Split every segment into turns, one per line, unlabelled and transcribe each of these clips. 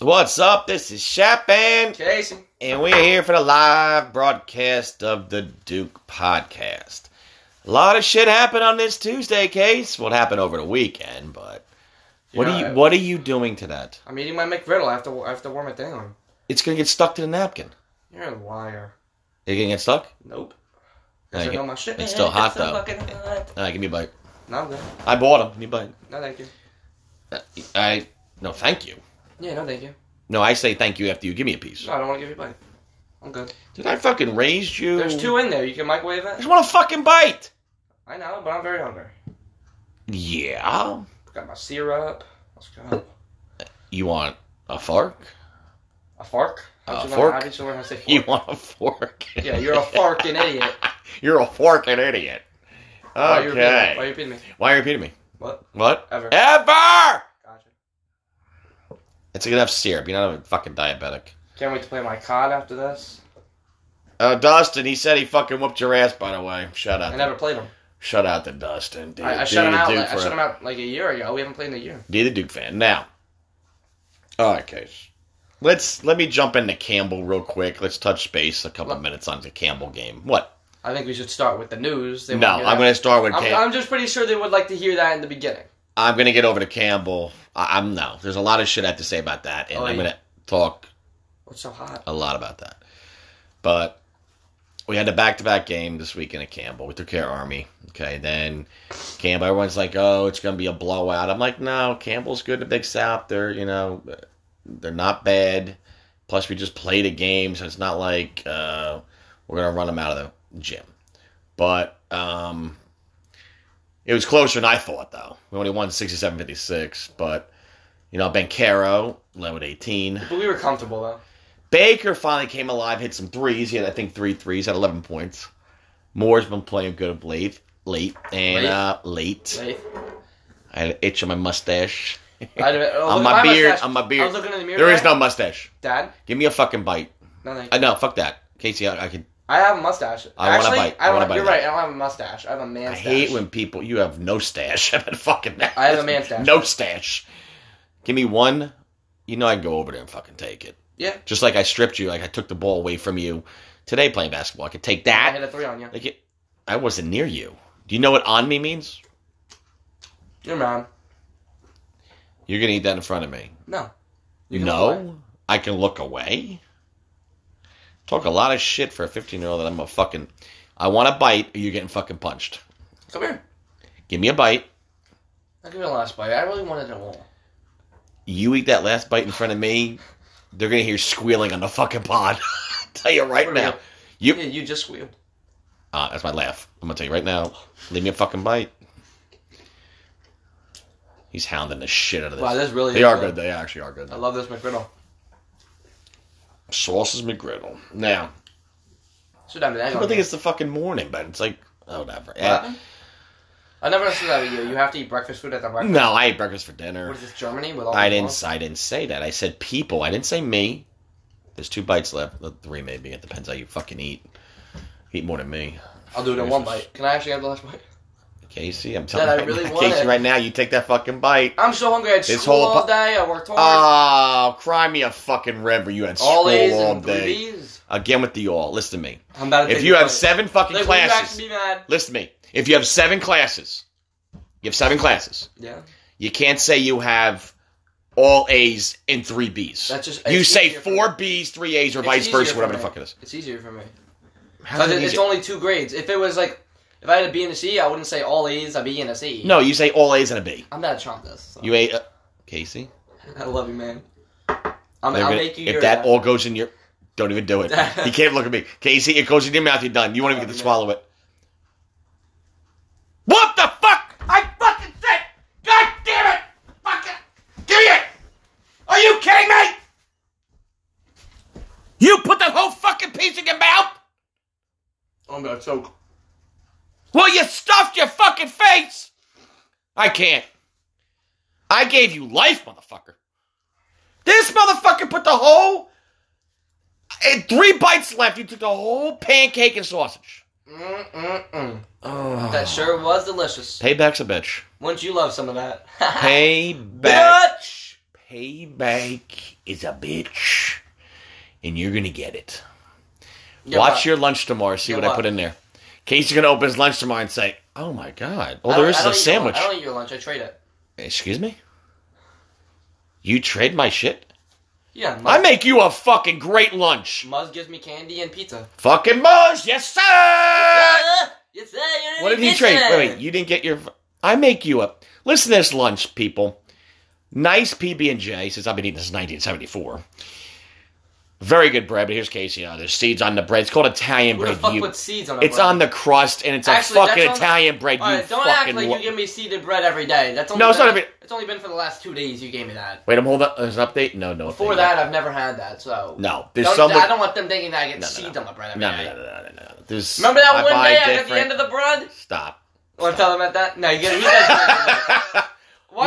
What's up? This is Chapin,
Casey.
and we're here for the live broadcast of the Duke podcast. A lot of shit happened on this Tuesday, Case. What happened over the weekend? But what
Yeah,
are
I-
you what are you doing to that?
I'm eating my McGriddle. I have to, I have to warm it down.
It's gonna get stuck to the napkin.
You're a liar.
It gonna get stuck?
Nope.
Like
Yes, I
it-
know my shit.
it's still hot, though.
fucking hot.
All right, give me a bite.
No, I'm good.
I bought them. Give me a bite.
No, thank you.
Uh, I no, thank you.
Yeah, no, thank you.
No, I say thank you after you give me a piece.
No, I don't want to give you a bite. I'm good.
Dude, I fucking raised you.
There's two in there. You can microwave
I
it.
just want a fucking bite.
I know, but I'm very hungry.
Yeah.
Got my syrup. Let's go.
You want a fork?
A fork?
A
How'd you learn-
fork?
How'd you learn how to say fork?
You want a fork?
Yeah, you're a farking idiot.
You're a forking idiot.
Why you repeating- Why are
Okay.
you repeating me?
Why are you repeating me?
What?
What?
Ever.
Ever!
Gotcha.
It's enough syrup. You're not a fucking diabetic.
Can't wait to play my COD after this.
Uh, Dustin, he said he fucking whooped your ass, by the way. Shut
I
out.
never played him.
Shut out to Dustin. Dude,
I, I
Dude,
shut him out.
Duke
Like, I
for
shut
a-
him out like a year ago. We haven't played in a year.
Be the Duke fan now. All right, case. Let's let me jump into Campbell real quick. Let's touch base a couple
Look.
minutes on the Campbell game. What?
I think we should start with the news. They
no,
won't hear
I'm
that.
going to start with.
I'm,
Cam- I'm,
I'm just pretty sure they would like to hear that in the beginning.
going to get over to Campbell. I- I'm no. There's a lot of shit I have to say about that, and
Oh,
I'm
yeah.
going to talk
What's so hot?
a lot about that. But we had a back-to-back game this weekend at Campbell. We took care of Army. Okay, then Campbell. Everyone's like, "Oh, it's going to be a blowout." I'm like, "No, Campbell's good in the Big South. They're you know, they're not bad. Plus, we just played a game, so it's not like uh, we're going to run them out of the gym." But um, it was closer than I thought, though. We only won 67-56, but you know, Bancaro led with 18.
But we were comfortable though.
Baker finally came alive, hit some threes. He had, I think, three threes, had 11 points. Moore's been playing good of late. Late. And
Late?
Uh, late.
Like,
I had an itch on my mustache.
I had a- oh, look
on
at
my, beard.
mustache.
On my
I
beard.
was looking in the mirror.
There is
right?
no mustache.
dad.
Give me a fucking bite.
No, thank
Uh,
you.
no, fuck that. Casey, I, I can.
I have a mustache.
I wanna
Actually,
bite. I
I don't.
wanna bite
you're
that.
right. I don't have a mustache. I have a man.
I
stash.
hate when people. You have no stash. I've been fucking that.
I have a man stash.
No stash. Give me one. You know I can go over there and fucking take it.
Yeah.
Just like I stripped you, like I took the ball away from you today playing basketball. I could take that.
I hit a three on you.
Like it, I wasn't near you. Do you know what on me means?
Your mom.
You're gonna eat that in front of me.
No. You can
No,
look away.
I can look away. Talk a lot of shit for a 15 year old that I'm a fucking. I want a bite. Or you're getting fucking punched.
Come here.
Give me a bite.
I'll give you a last bite. I really wanted it all.
You eat that last bite in front of me. They're gonna hear squealing on the fucking pod. tell you right
Wait a
now.
minute.
You.
Yeah, you just squealed.
Uh, that's my laugh. I'm gonna tell you right now. Leave me a fucking bite. He's hounding the shit out of this.
Wow, this really.
they
is
are
good.
good. They actually are good.
I love this McGriddle.
Sauce is McGriddle. Now,
Sit down. I
I don't think it's the fucking morning, but it's like, oh, whatever. Yeah.
I never understood that with you. You have to eat breakfast food at the breakfast.
No, I ate breakfast for
What
dinner.
is this Germany with all?
I
the
didn't.
laws?
I didn't say that. I said people. I didn't say me. There's two bites left. uh, Three maybe. It depends how you fucking eat. Eat more than me,
I'll do it in one
Jesus.
bite. Can I actually have the last bite?
Casey. I'm telling
That I
you,
really
right now,
want
Casey.
it.
Right now, you take that fucking bite.
I'm so hungry. I had
This
school
whole
all
po-
day. I worked hard.
Oh, cry me a fucking river. You had
all
school
A's
all
and
day.
threes.
Again with the all. Listen to me.
I'm about to
If
take
you
a
have
bite.
seven fucking
Like, will you
classes,
actually be mad?
listen to me. If you have seven classes, you have seven classes.
Yeah.
You can't say you have all A's and three B's.
That's just-
you
it's
say
easier for
four B's, three A's, or
It's
vice
easier
versa,
for
whatever the
me.
fuck it is.
It's easier for me.
How's it
Because it's
easier?
only two grades. If it was like, if I had a B and a C, I wouldn't say all A's. I'd be in a C.
no, you say all A's and a B.
I'm not a chump. This. So.
You ate uh, Casey.
I love you, man. I'm,
They're
I'll
gonna-
make you.
if
your uh,
that all goes in your, don't even do it. you can't look at me, Casey. It goes in your mouth. You're done. You won't even get to swallow it. What the fuck? I fucking said. God damn it! Fucking give me it. Are you kidding me? You put that whole fucking piece in your mouth.
I'm gonna choke.
Well, you stuffed your fucking face. I can't. I gave you life, motherfucker. This motherfucker put the whole. And three bites left. You took the whole pancake and sausage.
Mm mm mm.
Oh.
That sure was delicious.
Payback's a bitch.
Wouldn't you love some of that?
Payback.
Bitch.
Hey, Bank is a bitch, and you're gonna get it.
Yeah,
Watch
but
your lunch tomorrow. See
Yeah,
what, I
what?
put in there. Casey's gonna open his lunch tomorrow and say, "Oh my god!
I
All there
don't-
is
I
is
don't
a
eat your
sandwich."
lunch. I don't eat your lunch. I trade it.
Excuse me. You trade my shit?
Yeah, Muzz,
I make you a fucking great lunch.
Muzz gives me candy and pizza.
Fucking Buzz, yes sir.
It's, uh, you
What did he
get
trade?
that.
Wait, wait, you didn't get your. I make you a. Listen to this lunch, people. Nice PB and J since I've been eating since 1974. Very good bread, but here's Casey. Uh, there's seeds on the bread. It's called Italian
Who the
bread.
fuck
you-
puts seeds on a
it's
bread?
on the crust, and it's a
Actually, that's
fucking
on the-
Italian bread.
All
you
right, don't act
fucking.
like
lo-
you give me seeded bread every day. That's only
No, it's
been-
not every-
It's only been for the last two days you gave me that.
Wait, I'm holding. Up. There's an update. No, no.
Before
update.
that, I've never had that. So
no. There's
don't,
someone.
I don't want them thinking that I get
No, no,
seeds
no.
on my bread every
No,
day.
no, no, no, no, no, no. There's,
Remember that
I
one
buy
day I got the
different-
end of the bread?
Stop.
Want to tell them about that? No, you get he does. One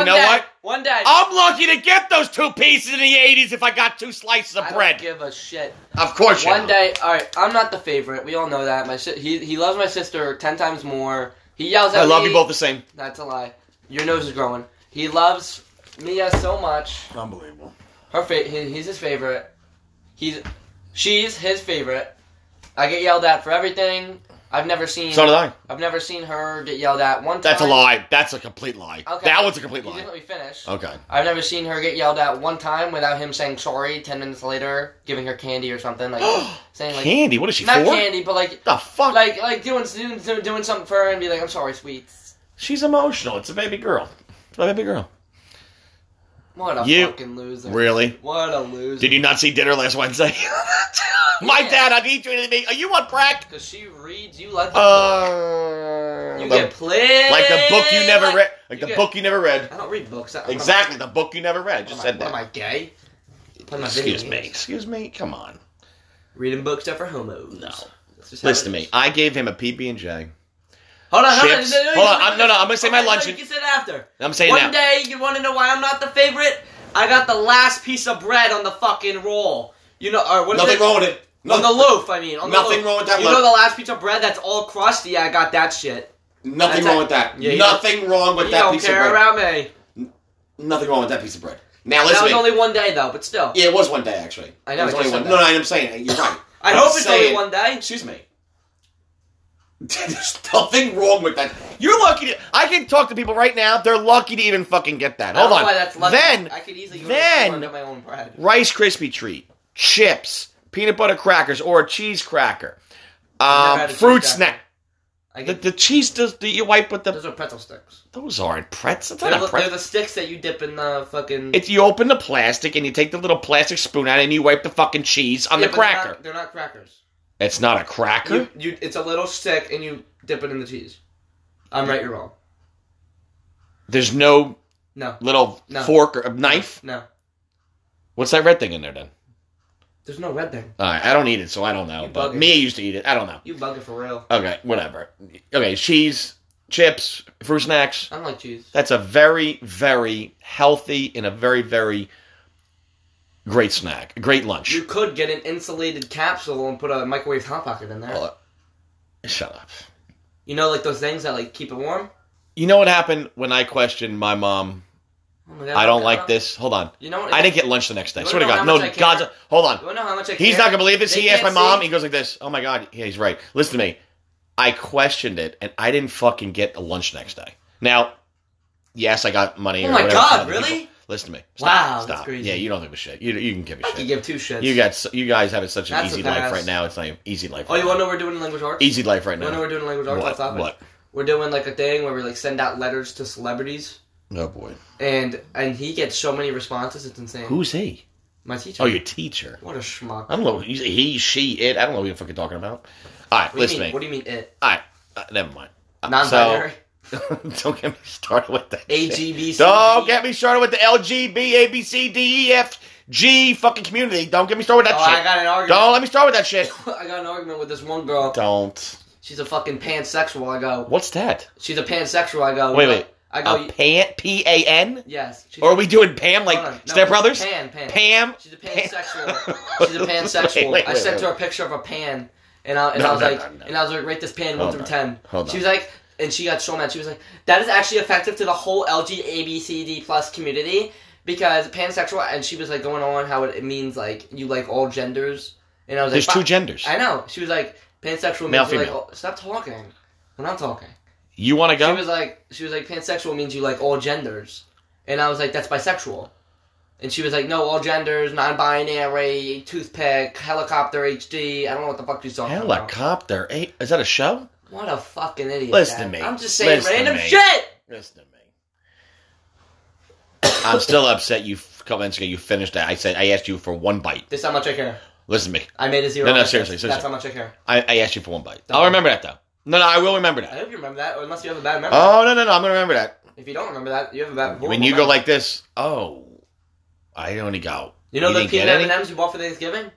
You know
day,
what?
One day.
I'm lucky to get those two pieces in the 80s if I got two slices of
I
bread.
Don't give a shit.
Of course you
One
don't.
day, all right. I'm not the favorite. We all know that. My si- he he loves my sister ten times more. He yells at
I love
me.
you both the same.
That's a lie. Your nose is growing. He loves Mia so much.
Unbelievable.
Her fa- he- he's his favorite. He's she's his favorite. I get yelled at for everything. I've never seen
So did I.
I've never seen her get yelled at one time.
That's a lie. That's a complete lie.
Okay.
That one's a complete
You didn't
lie.
let me finish.
Okay.
I've never seen her get yelled at one time without him saying sorry ten minutes later, giving her candy or something like saying like
candy. What is she
not
for?
candy, but like
The fuck?
like like doing doing doing something for her and be like I'm sorry, sweets.
She's emotional. It's a baby girl. It's my baby girl.
What a
You-
fucking loser.
Really?
What a loser.
Did you not see dinner last Wednesday? My
Yeah.
dad, I'd eat you anything. Are you on crack?
Because she reads you like the
Uh,
book. you
the-
get played
like the book you never read. Like the
you get-
book you never read.
I don't read books. I- what am I-
Exactly, the book you never read.
what
Just
am I-
said
What am
that.
I gay? Playing my video
Excuse me.
games.
Excuse me. Come on.
Reading books that for homos.
No.
That's just how
Listen to
it
me.
is.
I gave him a PB and J.
Hold on, hold on.
Chips. Hold on, I'm- no, no, I'm gonna say my
Okay, no,
lunch
You
and-
can say it after.
I'm saying
One
now.
day, you want to know why I'm not the favorite? I got the last piece of bread on the fucking roll. You know, or what is
Nothing
it?
wrong with it.
on the loaf, I mean. On
Nothing
the loaf.
wrong with that
You
loaf.
know the last piece of bread that's all crusty? I got that shit.
Nothing
That's
wrong
it.
with that.
Yeah, you
Nothing wrong with
you
that
don't
piece of
care
bread.
around me.
Nothing wrong with that piece of bread. Now
That
listen.
was
to me.
only one day, though, but still.
yeah, it was one day actually.
I know,
It was
I
only
just
one.
said
No, no,
that.
I'm saying you're right.
I
I'm
hope it's
saying-
only one day.
Excuse me. There's nothing wrong with that. You're lucky. To, I can talk to people right now. They're lucky to even fucking get that.
I don't
Hold
know
on.
Why that's lucky.
Then
I could easily go
then-
to the store and get my own bread.
Rice Krispie treat, chips, peanut butter crackers, or a cheese cracker,
I've never
um,
had a cheese
fruit
cracker.
snack.
I
The,
get,
the cheese does that you wipe with the
those are pretzel sticks.
those aren't pretzels. It's
They're
not a
the, they're
pretzel.
the sticks that you dip in the fucking.
It's you open the plastic and you take the little plastic spoon out and you wipe the fucking cheese on
Yeah,
the
but they're not-
cracker.
They're not, crackers.
It's not a cracker.
You, you, it's a little stick, and you dip it in the cheese. I'm right. You're wrong.
There's no
No,
little
No.
fork or a knife.
no.
What's that red thing in there then?
There's no red thing.
All right, I don't eat it, so I don't know.
You
but
bugging.
Mia used to eat it. I don't know.
You bug it for real.
Okay, whatever. Okay, cheese, chips, fruit snacks.
I don't like cheese.
That's a very, very healthy and a very, very great snack. A Great lunch.
You could get an insulated capsule and put a microwave hot pocket in there.
Uh, Shut up.
You know, like those things that like keep it warm.
You know what happened when I questioned my mom?
Oh my God,
I don't
uh,
like this. Hold on.
You know what?
I didn't get lunch the next day.
You
Swear to
wanna know
God. No,
how much I care?
God's. Hold on.
You wanna know how much I
He's
care?
not gonna believe this.
They
He asked my
can't
mom.
see.
He goes like this. Oh my god. Yeah, he's right. Listen to me. I questioned it, and I didn't fucking get a lunch next day. Now, yes, I got money.
Oh
or
my
whatever
God,
from other
really?
people. Listen to me.
Wow, that's
Stop.
crazy.
Yeah, you don't give a shit. You, you can give a
I could
shit.
give two shits.
You got so- you guys having such an
That's
easy
what that
life
is.
right now. It's not an easy life.
Oh, you
right now.
want to know what we're doing in language arts?
easy life right
You want
now?
to know what we're doing in language arts?
What?
Off topic?
What?
We're doing like a thing where we like send out letters to celebrities,
Oh boy.
and and he gets so many responses, it's insane.
Who's he?
My teacher.
Oh, your teacher.
What a schmuck.
I don't know. He, she, it. I don't know what you're fucking talking about. All right,
What do you
listen
mean-
to
What
me.
do you mean it?
All right, uh, never mind. Uh,
Non-binary.
So, don't get me started with that. shit.
AGBC.
Don't get me started with the L G B A B C D E F G fucking community. Don't get me started with
Oh, I
that
got an
shit.
argument.
Don't let me start with that shit.
I got an argument with this one girl.
Don't.
She's a fucking pansexual. I go.
What's that?
She's a pansexual. I go.
Wait,
"No."
wait.
I go.
A pan? P A N?
yes. She's
Or are
a-
we doing Pam like
Hold on. No,
Step Brothers?
Pan. Pan.
Pam?
She's a pansexual. She's a pansexual.
Wait, wait,
I sent
wait,
her a picture of a pan, and I, and
No,
I was
no,
like,
no, no.
and I was like, rate this pan
Hold
one through
on.
ten.
Hold
she
on.
was like, and she got so mad. She was like, that is actually offensive to the whole LGBTQD plus community. because pansexual, and she was like going on how it, it means like you like all genders, and I was
There's
like,
two
"Fuck."
genders.
I know. She was like pansexual
Male,
means you like
female.
all, stop talking. We're not talking.
You want to
She
go?
was like, she was like, pansexual means you like all genders, and I was like, that's bisexual, and she was like, no, all genders, non-binary, toothpick, helicopter HD. I don't know what the fuck she's talking about.
Helicopter. Eight. Is that a show?
What a fucking idiot!
Listen to
Dad.
me.
I'm just saying
Listen to
random
me.
shit.
Listen to me. I'm still upset. You f- a couple minutes ago you finished that. I said I asked you for one bite.
This how much I care.
Listen to me.
I made a zero.
No, no,
on this.
seriously,
That's
seriously.
how much I care.
I, I asked you for one bite.
Don't.
I'll remember that though. No, no, I will remember
I
that.
hope you remember that, or unless you have a bad memory.
Oh no, no, no! I'm gonna remember that.
if you don't remember that, you have a
When
bad. horrible
you go
memory.
like this, oh, I only got.
you know
you
the
didn't get
peanut M
any?
M's you bought for Thanksgiving.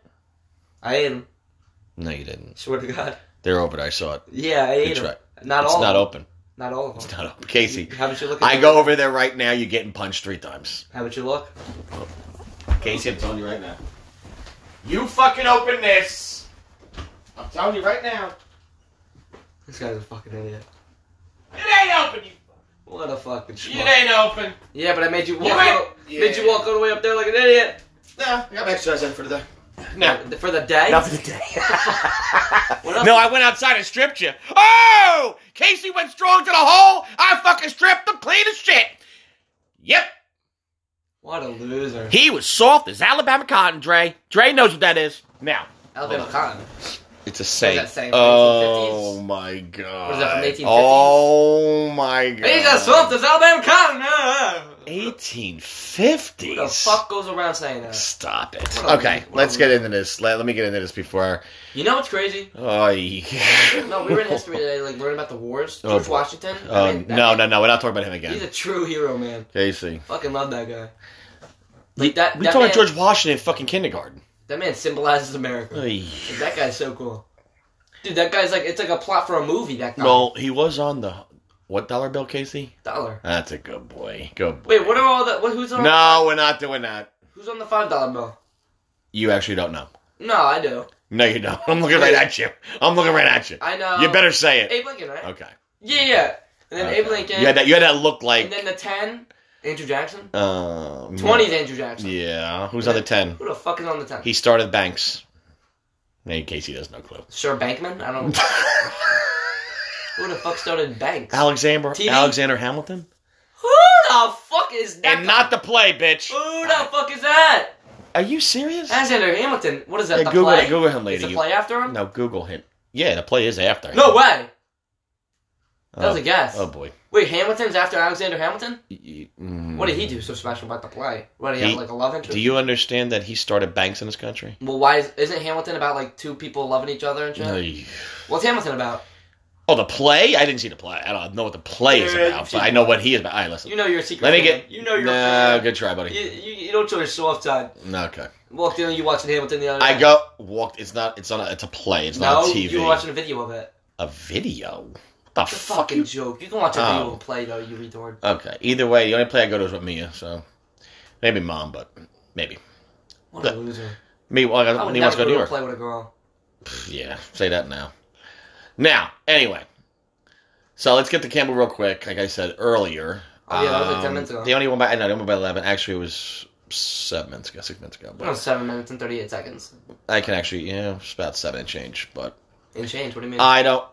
I ate them.
No, you didn't.
Swear to God.
They're open. I saw it.
Yeah, I ate
It's
them.
right.
Not
it's
all.
not
of
open.
them. Not all of
It's
them.
not open. Casey,
Haven't you looked?
I go over there right now. You're getting punched three times.
Haven't you look?
Casey, I'm telling you right now. You fucking open this. I'm telling you right now.
This guy's a fucking idiot.
It ain't open. You,
What a fucking schmuck.
ain't open.
Yeah, but I made you walk.
You
all,
ain't-
Made you walk all the way up there like an idiot.
No, I got exercise in for the day.
For the day.
Not for the day.
What else?
no, I went outside and stripped you. Oh! Casey went strong to the hole. I fucking stripped him clean as shit. Yep.
What a loser.
He was soft as Alabama cotton, Dre. Dre knows what that is. Now.
Alabama
Hold
Cotton.
It's a safe.
that say,
Oh
1950s?
my god.
What is that, from 1850s?
Oh my god.
He's as soft as Alabama Cotton. Ah. Who
1850s.
The fuck goes around saying that?
Stop it.
What are
Okay,
we- what
let's
are we-
get into this. Let, let me get into this before.
You know what's crazy?
Oh,
No, we were in history today, like learning about the wars.
Oh,
George
boy.
Washington. I
Um,
mean, that-
no, no, no. We're not talking about him
He's
again.
a true hero, man.
Casey.
Fucking love that guy.
We-
Like that.
we
that
talking
man,
about George Oh, Washington in fucking kindergarten.
That man symbolizes America.
Oy.
Like, that guy's so cool. Dude, that guy's like it's like a plot for a movie. That guy.
Well, he was on the what dollar bill, Casey?
Dollar.
That's a good boy. Good boy.
Wait, what are all the what, who's on?
No, we're not doing that.
Who's on the five dollar bill?
You actually don't know.
No, I do.
No, you don't. I'm looking right at you. I'm looking right at you.
I know.
You better say it.
Abe Lincoln, right?
Okay.
Yeah, yeah. And then
okay.
Abe Lincoln.
You had that. You had that look like.
And then the ten, Andrew Jackson.
Um,
Twenty is Andrew Jackson.
Yeah. Who's on the ten?
Who the fuck is on the ten?
He started banks. In case he has no clue.
Sir Bankman. I don't. Who the fuck started banks?
Alexander
TV?
Alexander Hamilton.
Who the fuck is that?
And
guy?
not the play, bitch.
Who the fuck is that?
Are you serious?
Alexander Hamilton. What is that?
Yeah,
the
Google
play?
it. Google him, lady.
Is the
You-
play after him?
No, Google him. Yeah, the play is after.
No
him.
way. That
oh,
was a guess.
Oh boy.
Wait, Hamilton's after Alexander Hamilton? What did he
do?
do so special about the play? What did he,
Mm. He-
have like a love interest?
Do you understand that he started banks in this country?
well, why is, isn't Hamilton about like two people loving each other and shit?
Oy.
What's Hamilton about?
Oh, the play? I didn't see the play. I don't know what the play is
Yeah,
about,
you
but
see-
I know what he is about. All right, listen.
You know you're a secret.
Let me
fan.
get.
You know you're.
Nah,
a fan.
good try, buddy.
You, you, you don't show your soft side.
Okay.
Walked in, you watching Hamilton the other
I
night.
go walked. It's not. It's on. A, it's a play. It's
No,
not a TV.
you were watching a video of it.
a video. What the
It's a
fuck?
fucking
You...
joke. You can watch a video
Oh.
of a play though. You retard.
Okay. Either way, the only play I go to is with Mia. So maybe mom, but maybe
What a loser.
me. Well, I
I
got,
would
when he wants to go to New
never go to a
York.
play with a girl.
Yeah. Say that now. Now, anyway. So let's get to Campbell real quick. Like I said earlier.
Oh, yeah, that was like 10
um,
minutes ago.
They only won by. I know they only won by eleven. Actually, it was seven minutes ago, six minutes ago. But
No, seven minutes and thirty-eight seconds.
I can actually, yeah, it's about seven and change. But
In change. What do you mean?
I don't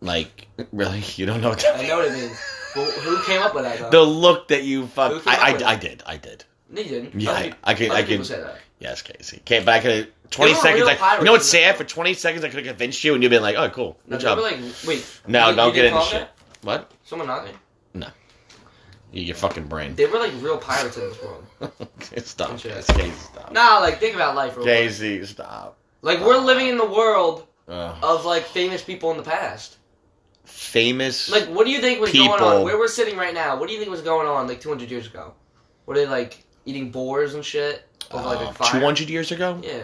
like really. You don't know what that
I know what it means. Well, who came up with that though?
The look that you
Who
fuck.
came up
I,
with
I, I did. I did.
No, you didn't.
Yeah,
Other
I, I can.
peop- other
I
people
can.
say that.
Yes, Casey. Okay, but I could. Twenty
They were
seconds.
real
Like,
pirates
you know what's
in the
sad?
film.
For twenty seconds, I could have convinced you, and you've been like, "Oh, cool,
No,
good
they were
job."
like, wait.
no,
you-
don't
you
get
didn't
into
call them
shit. What?
that? Someone knocked me.
You- Your fucking brain.
They were like real pirates in this world.
stop,
Shit.
Casey. Casey, Stop.
Nah, like think about life. Real quick.
Casey, stop.
Like we're living in the world
Ugh.
of like famous people in the past.
famous.
Like, what do you think was going
People.
on? Where we're sitting right now? What do you think was going on like 200 years ago? Were they like eating boars and shit over oh, like a fire?
uh, two hundred years ago,
Yeah,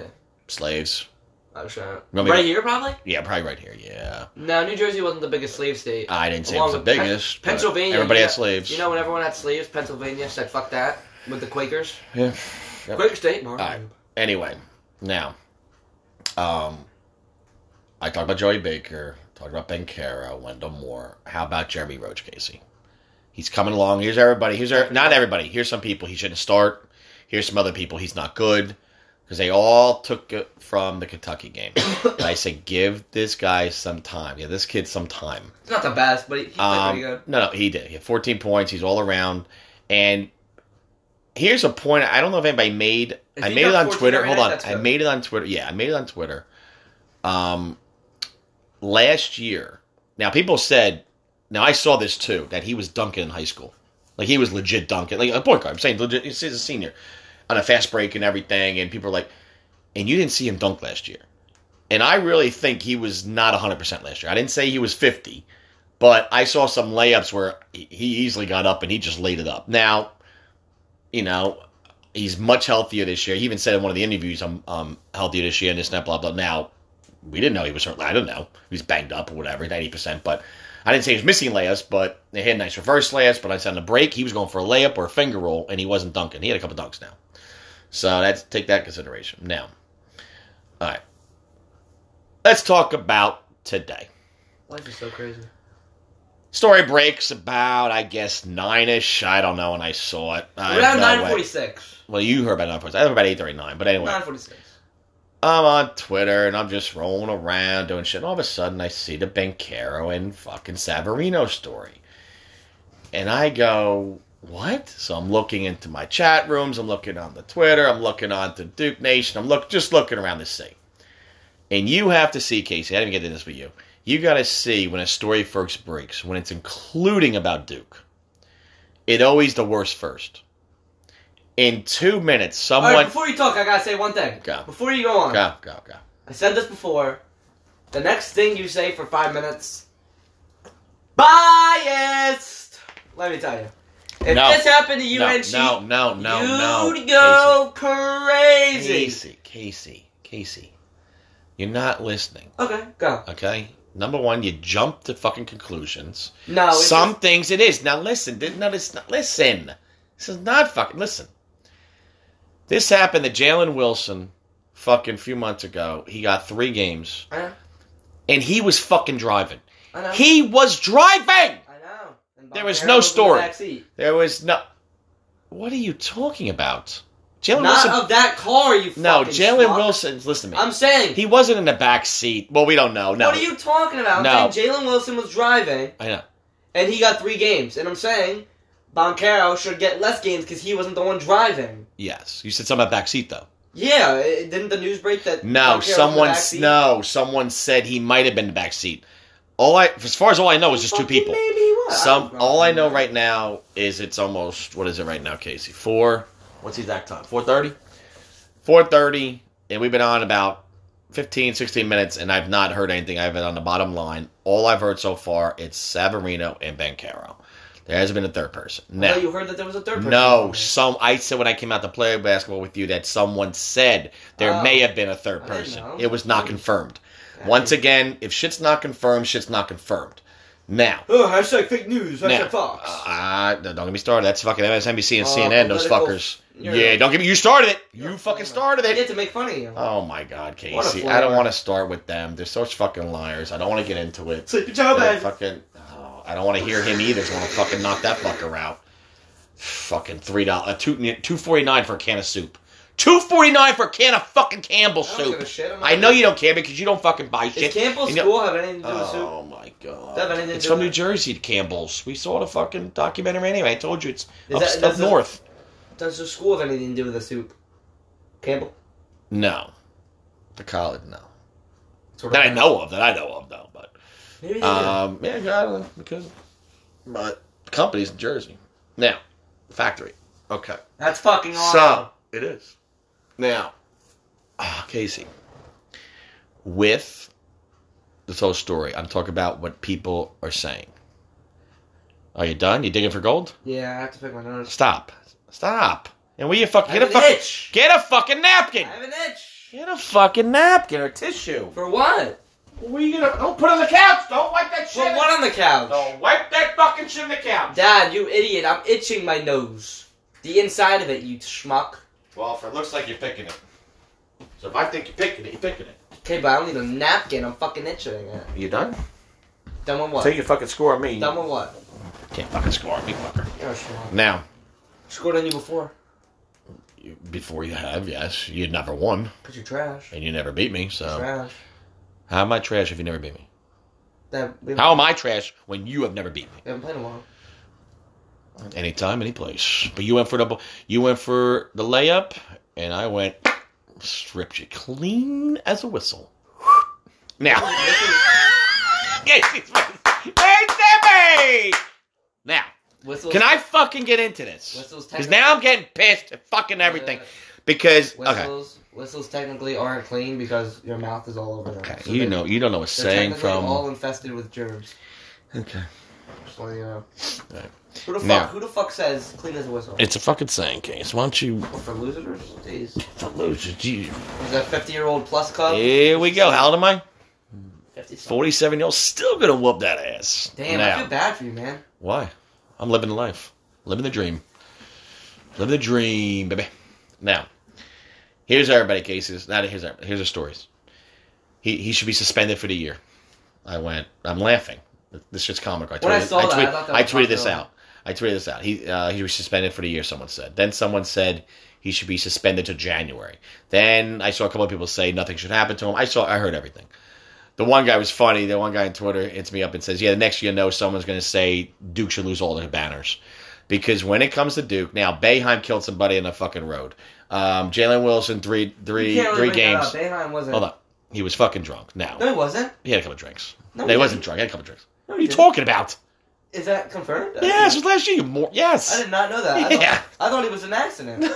slaves.
I'm sure.
Want me to-
Right here, probably.
Yeah, probably right here. Yeah,
No, New Jersey wasn't the biggest slave state.
I didn't say it
Along
was the
with Pen-
biggest. but
Pennsylvania,
Uh, Everybody
you
had
know-
slaves.
You know, when everyone had slaves, Pennsylvania said "fuck that" with the Quakers.
Yeah.
Quaker state, Mark.
Alright. Anyway, now, um, I talked about Joey Baker, talked about Ben Caro, Wendell Moore. How about Jeremy Roach, Casey? He's coming along. Here's everybody. Here's our, not everybody. Here's some people he shouldn't start. Here's some other people he's not good because they all took it from the Kentucky game. and I said, give this guy some time. Yeah, this kid some time.
It's not the best, but he, he played pretty
Um,
good.
no, no, he did. He had 14 points. He's all around. And here's a point. I don't know if anybody made.
If
I
he
made
got
it on
14
Twitter.
every
Hold
night,
on.
that's
I
good.
made it on Twitter. Yeah, I made it on Twitter. Um, last year. Now people said. Now I saw this too that he was dunking in high school. Like he was legit dunking. Like a point guard. I'm saying legit. He's a senior on a fast break and everything. And people are like, and you didn't see him dunk last year. And I really think he was not 100% last year. I didn't say he was 50, but I saw some layups where he he easily got up and he just laid it up. Now, you know, he's much healthier this year. He even said in one of the interviews, I'm um, healthier this year and this and that, blah, blah. Now, we didn't know he was hurt. I don't know. He was banged up or whatever, 90%. But I didn't say he was missing layups, but they had nice reverse layups. But I said on the break, he was going for a layup or a finger roll, and he wasn't dunking. He had a couple dunks now. So that's take that in consideration. Now, all right. Let's talk about today.
Life is so crazy.
Story breaks about, I guess, nine ish. I don't know when I saw it. I have
Around
no way.
nine forty six.
Well, you heard about nine forty. I heard about eight thirty nine. But anyway,
Nine forty six.
I'm on Twitter and I'm just rolling around doing shit. And all of a sudden, I see the Bencaro and fucking Savarino story. And I go, what? So I'm looking into my chat rooms. I'm looking on the Twitter. I'm looking on the Duke Nation. I'm look just looking around the city. And you have to see, Casey, I didn't get into this with you. You got to see when a story first breaks, when it's including about Duke, it always the worst first. In two minutes,
All
someone.
right, before you talk, I gotta say one thing.
Go.
Before you go on,
Go, go, go.
I said this before. The next thing you say for five minutes, biased. Let me tell you, if
No.
this happened to you
no,
and she,
no, no, no, no.
you'd go
Casey.
crazy.
Casey, Casey, Casey. You're not listening,
Okay, go.
okay? Number one, you jump to fucking conclusions.
No, Oh, it's
Some things it is. Now listen, th- no, this not listen. This is not fucking listen. This happened to Jalen Wilson fucking few months ago. He got three games.
I know.
And he was fucking driving.
just- I know.
He was driving!
I know. And
There was
Bob
no
Barrows in the
story.
backseat.
There was no What are you talking about? Jalen
Not
Wilson
of that car, you.
No,
fucking
Jalen
schmuck.
Wilson listen to me.
I'm saying.
He wasn't in the back seat. Well, we don't know. No,
What are you talking about?
No.
I'm saying Jalen Wilson was driving,
I know.
and he got three games. And I'm saying Boncaro should get less games because he wasn't the one driving.
Yes, you said something about back seat though.
Yeah, it, didn't the news break that? Boncaro
No,
was in the
someone. s-
backseat?
No, someone said he might have been in the back seat. All I, as far as all I know, is just two
Fucking
people.
Maybe he was.
Some.
don't
All I know right now is it's almost. What is it right now, Casey? Four. What's the exact time? Four thirty. Four thirty, and we've been on about 15, 16 minutes, and I've not heard anything. I've been on the bottom line. All I've heard so far, it's Savarino and Bancaro. There hasn't been a third person.
I
Now,
thought you heard that there was a third person.
No, some I said when I came out to play basketball with you that someone said there
Oh.
may have been a third
I didn't
person.
know.
It was not confirmed.
Okay.
Once again, if shit's not confirmed, shit's not confirmed. Now,
Oh, hashtag fake news. Hashtag
now,
Fox.
uh, don't get me started. That's fucking MSNBC and
Oh,
CNN. Those
political-
fuckers.
you're-
yeah, don't get me. You started it.
you're
You
a
fucking
flamer.
started
I
it.
had to make fun of you.
Oh my god,
What a
Casey. I don't
flamer.
want to start with them. They're such fucking liars. I don't want to get into it.
Sleepy Joe,
That
babe.
fucking. Oh, I don't want to hear him either. So I want to fucking knock that fucker out. Fucking three dollars, two two forty nine for a can of soup. Two forty nine for a can of fucking Campbell's
I don't give a
soup.
shit. I'm not-
I know you don't care because you don't fucking buy
Is
shit.
Campbell's
And you-
school have anything to do with soup?
Oh my god!
Does that have anything to
It's
do
from
with
New
it?
Jersey, Campbell's. We saw the fucking documentary anyway. I told you it's
Is
up,
that-
up
does it-
north.
Does the school have anything to do with the soup? Campbell.
No, the college. No,
That's what
that I
I'm-
know of. That I know of though. But
Maybe they do.
Um, yeah, I don't know because, but the company's in Jersey now. Factory. Okay.
That's fucking awesome.
So it is now, ah, Casey. With this whole story, I'm talking about what people are saying. Are you done? You digging for gold?
yeah, I have to pick my nose.
Stop! Stop! And will you fucking
I
get
have
a
an
fucking
itch.
get a fucking
I
napkin?
have an itch.
Get a fucking napkin or tissue.
For what?
What are you gonna? Don't put it on the couch. Don't wipe that
For what on the couch?
wipe that fucking shit on the couch.
Dad, you idiot! I'm itching my nose. The inside of it, you schmuck.
Well, if it looks like you're picking it. So if I think you're picking it, you're picking it.
Okay, but I don't need a napkin. I'm fucking itching it.
You done?
Done with what?
your fucking score on me.
Done with what?
Can't fucking score on me, fucker.
Yeah, sure.
Now,
Scored on you before.
you- before you have, yes, you never won
Cause you're trash.
and you never beat me. So
Trash.
how am I trash if you never beat me?
That we haven't,
How am I trash when you have never beat me?
we haven't played in a while.
Anytime, any place. But you went for the you went for the layup, and I went stripped you clean as a whistle. Now, yes, it's it's Timmy! Now,
Whistles.
can I fucking get into this?
Whistles
Because
technically. Uh,
now I'm getting pissed at fucking everything. Because okay,
Whistles. Whistles technically aren't clean because your mouth is all over them.
okay,
So
you
they-
know you don't know what
They're
saying
technically all
from.
infested with germs.
Okay,
Just letting you know.
Right.
Who the fuck?
Now-
Who the fuck says clean as a whistle?
it's a fucking saying case. Why don't you?
For losers, jeez.
Gee.
Is that fifty-year-old plus cup?
Here we go. How old am I?
50 something.
Forty-seven year old, still gonna whoop that ass.
Damn,
now.
I feel bad for you, man.
Why? I'm living the life. Living the dream. Living the dream, baby. Now, here's everybody cases. Not here's our, here's our stories. He he should be suspended for the year. I went. I'm laughing. This shit's comical. I tweeted,
When I saw that, I
tweet-
thought that
I
was
tweeted this
comical.
out. I tweeted this out. He uh, he was suspended for the year. Someone said. Then someone said he should be suspended to January. Then I saw a couple of people say nothing should happen to him. I saw. I heard everything. The one guy was funny. The one guy on Twitter hits me up and says, "Yeah, the next year, no, someone's going to say Duke should lose all their banners." because when it comes to Duke, now Bayheim killed somebody in the fucking road. Um, Jalen Wilson three three
You can't really
three
bring that
games.
up. Boeheim wasn't.
Hold on, he was fucking drunk. Now
No, he wasn't.
he had a couple drinks.
No,
No,
he
he wasn't drunk. He had a couple drinks.
No,
What
he
are you
didn't.
talking about?
Is that confirmed?
Yes, it was last year. You more
I
yes.
did not know that. I, thought-
Yeah.
I thought it was an accident.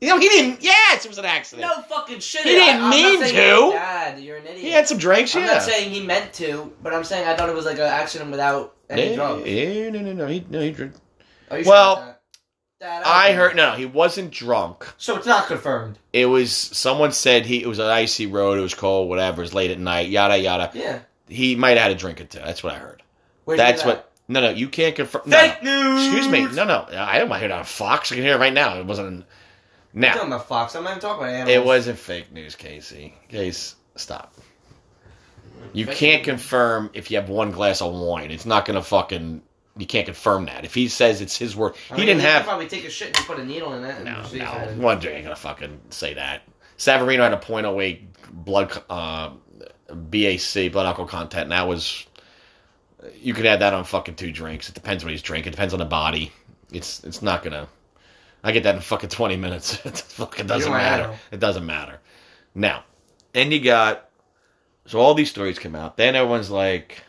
You know he didn't. Yes, it was an accident.
No fucking shit.
He didn't
I, I'm
mean
not saying
to.
he's Bad. You're an idiot.
He had some drinks.
I'm
yeah.
not saying he meant to, but I'm saying I thought it was like an accident without
no,
any drugs.
no, no, no. He, no, he drank.
Are you
Well,
sure about that? That
I
don't
heard.
know.
No, he wasn't drunk.
So it's not confirmed.
It was someone said he. It was an icy road. It was cold. Whatever. It was late at night. Yada yada.
Yeah.
He might have had a drink or two. That's what I heard.
Where'd you
That's
hear
what. No, no, you can't confirm.
that?
No, no.
Fake news.
Excuse me. No, no. I didn't want to hear that on Fox. I can hear it right now. It wasn't.
I'm
Now.
talking about Fox. I'm not even talking about animals.
It wasn't fake news, Casey. Case, stop. You
Fake
can't
news.
confirm if you have one glass of wine. It's not going to fucking. You can't confirm that. If he says it's his word,
I
he
mean,
didn't
could
have.
Probably take a shit and put a needle in it. and
No,
see if
no.
it-
One drink ain't going to fucking say that. Savarino had a .08 blood co- uh, BAC, blood alcohol content, and that was. You can add that on fucking two drinks. It depends what he's drinking. It depends on the body. It's it's not gonna. I get that in fucking twenty minutes. it fucking doesn't
my
matter.
idol.
It doesn't matter. Now, and you got so all these stories come out. Then everyone's like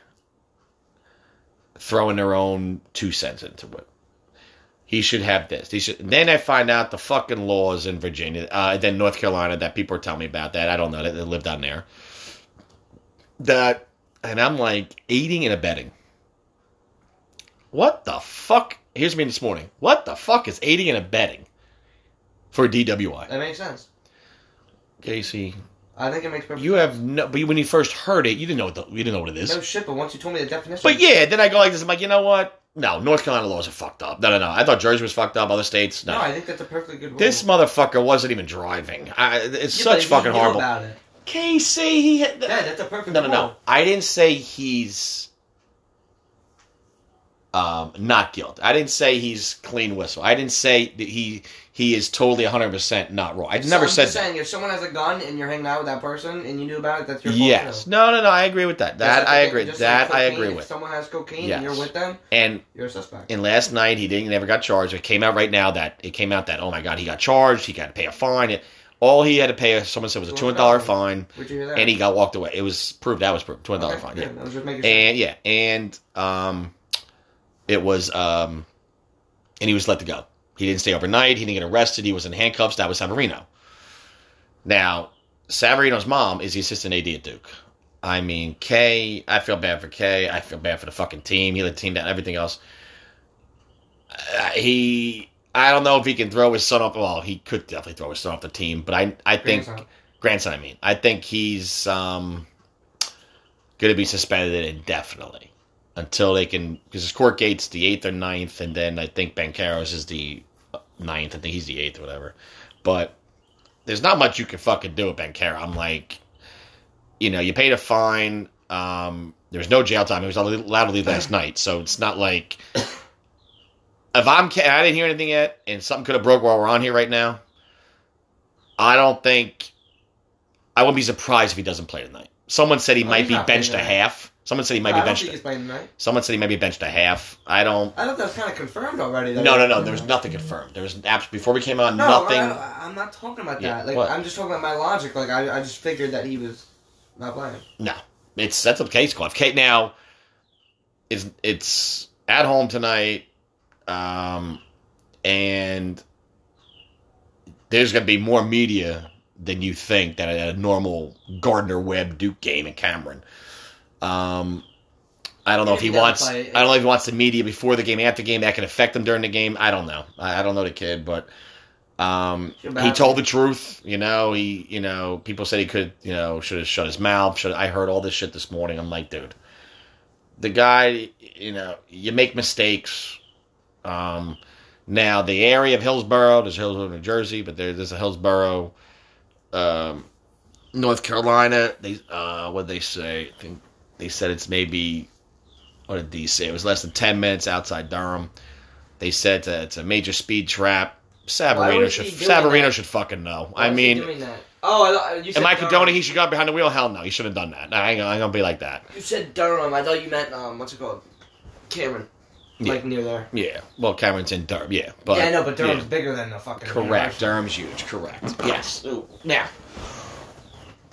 throwing their own two cents into it. He should have this. He should. Then I find out the fucking laws in Virginia, uh, then North Carolina that people are telling me about that. I don't know that they live down there. That and I'm like aiding and abetting. What the fuck? Here's me this morning. What the fuck is aiding and abetting for a DWI?
That makes sense.
Casey,
I think it makes perfect.
you have no. But when you first heard it, you didn't know what the, you didn't know what it is.
no shit, but once you told me the definition,
But yeah, then I go like this. I'm like, you know what? No, North Carolina laws are fucked up. No, no, no. I thought Jersey was fucked up. Other states, no.
no, I think that's a perfectly good rule.
this motherfucker wasn't even driving. I, it's
Yeah, but
such
you
fucking
knew
horrible.
About it.
Casey, he hit.
Yeah, that's a perfect.
No, no, no.
rule.
I didn't say he's um, not guilty. I didn't say he's clean whistle. I didn't say that he he is totally 100% not wrong. I
So
never
I'm
said
just
that.
saying, if someone has a gun and you're hanging out with that person and you knew about it, that's your fault.
Yes.
too.
No, no, no. I agree with that.
Just
That
like
I
if-
agree.
just
That
like
I
cocaine,
agree
if
with.
someone has cocaine and
Yes.
you're with them,
And
you're a suspect.
and last night he didn't never got charged. It came out right now that it came out that oh my god he got charged. He got to pay a fine. It, all he had to pay someone said was a two hundred dollar fine,
Would you hear that?
and he got walked away. It was proved. That was proved. Two hundred dollar
okay,
fine.
good.
Yeah.
I was just making sure.
and yeah, and um, it was um, and he was let to go. He didn't stay overnight. He didn't get arrested. He was in handcuffs. That was Savarino. Now, Savarino's mom is the assistant AD at Duke. I mean, Kay. I feel bad for Kay. I feel bad for the fucking team. He let the team down. Everything else. Uh, he. I don't know if he can throw his son off. Well, he could definitely throw his son off the team, but I. I think
Grandson.
grandson. I mean, I think he's um, going to be suspended indefinitely until they can because his court date's the eighth or 9th, and then I think Bancaros is the 9th. I think he's the eighth or whatever. But there's not much you can fucking do with Bancaro. I'm like, you know, you paid a fine. Um, there was no jail time. He was allowed to leave last night, so it's not like if I'm, Ca- I didn't hear anything yet, and something could have broke while we're on here right now. I don't think. I wouldn't be surprised if he doesn't play tonight. Someone said he
Oh,
might
he's
be
not playing
benched a
tonight.
half. Someone said he
I
might
don't
be benched.
think he's playing tonight.
Someone said he might be benched a half. I don't.
I thought that was kind of confirmed already. that-
No, no, no. There was nothing confirmed. There was abs- before we came on.
No,
nothing.
I, uh, I'm not talking about
Yeah,
that. Like
what?
I'm just talking about my logic. Like I, I just figured that he was not playing.
it's that's up to Kate's call. If Kate now is it's at home tonight, um, and there's gonna be more media than you think than at a normal Gardner Webb Duke game in Cameron. Um, I don't know if
If
he
he doesn't
wants.
play,
I don't know if he wants the media before the game, after the game. That can affect them during the game. I don't know. I, I don't know the kid, but um,
Should
he
have-
told the truth. You know, he, you know, people said he could, you know, should have shut his mouth. Should I heard all this shit this morning? I'm like, dude, the guy, you know, you make mistakes. Um, now the area of Hillsborough, there's Hillsborough, New Jersey, but there, there's a Hillsborough, um, North Carolina. They, uh, what they say? I think they said it's maybe what did they say? It was less than ten minutes outside Durham. They said that it's a major speed trap.
Why
Savarino
was
should
he doing
Savarino
that?
should fucking know.
Why
I
is he
mean,
doing that? Oh, I, you said
am I
Durham.
condoning he should got behind the wheel? Hell no, he shouldn't have done that. I ain't, I ain't gonna be like that.
You said Durham. I thought you meant um, what's it called? Cameron.
Yeah.
Like near there.
Yeah, well, Cameron's in Durham. Yeah, but
yeah, I know, but
yeah.
Durham's bigger than the fucking.
Correct. Durham's huge. Correct. Yes. Now,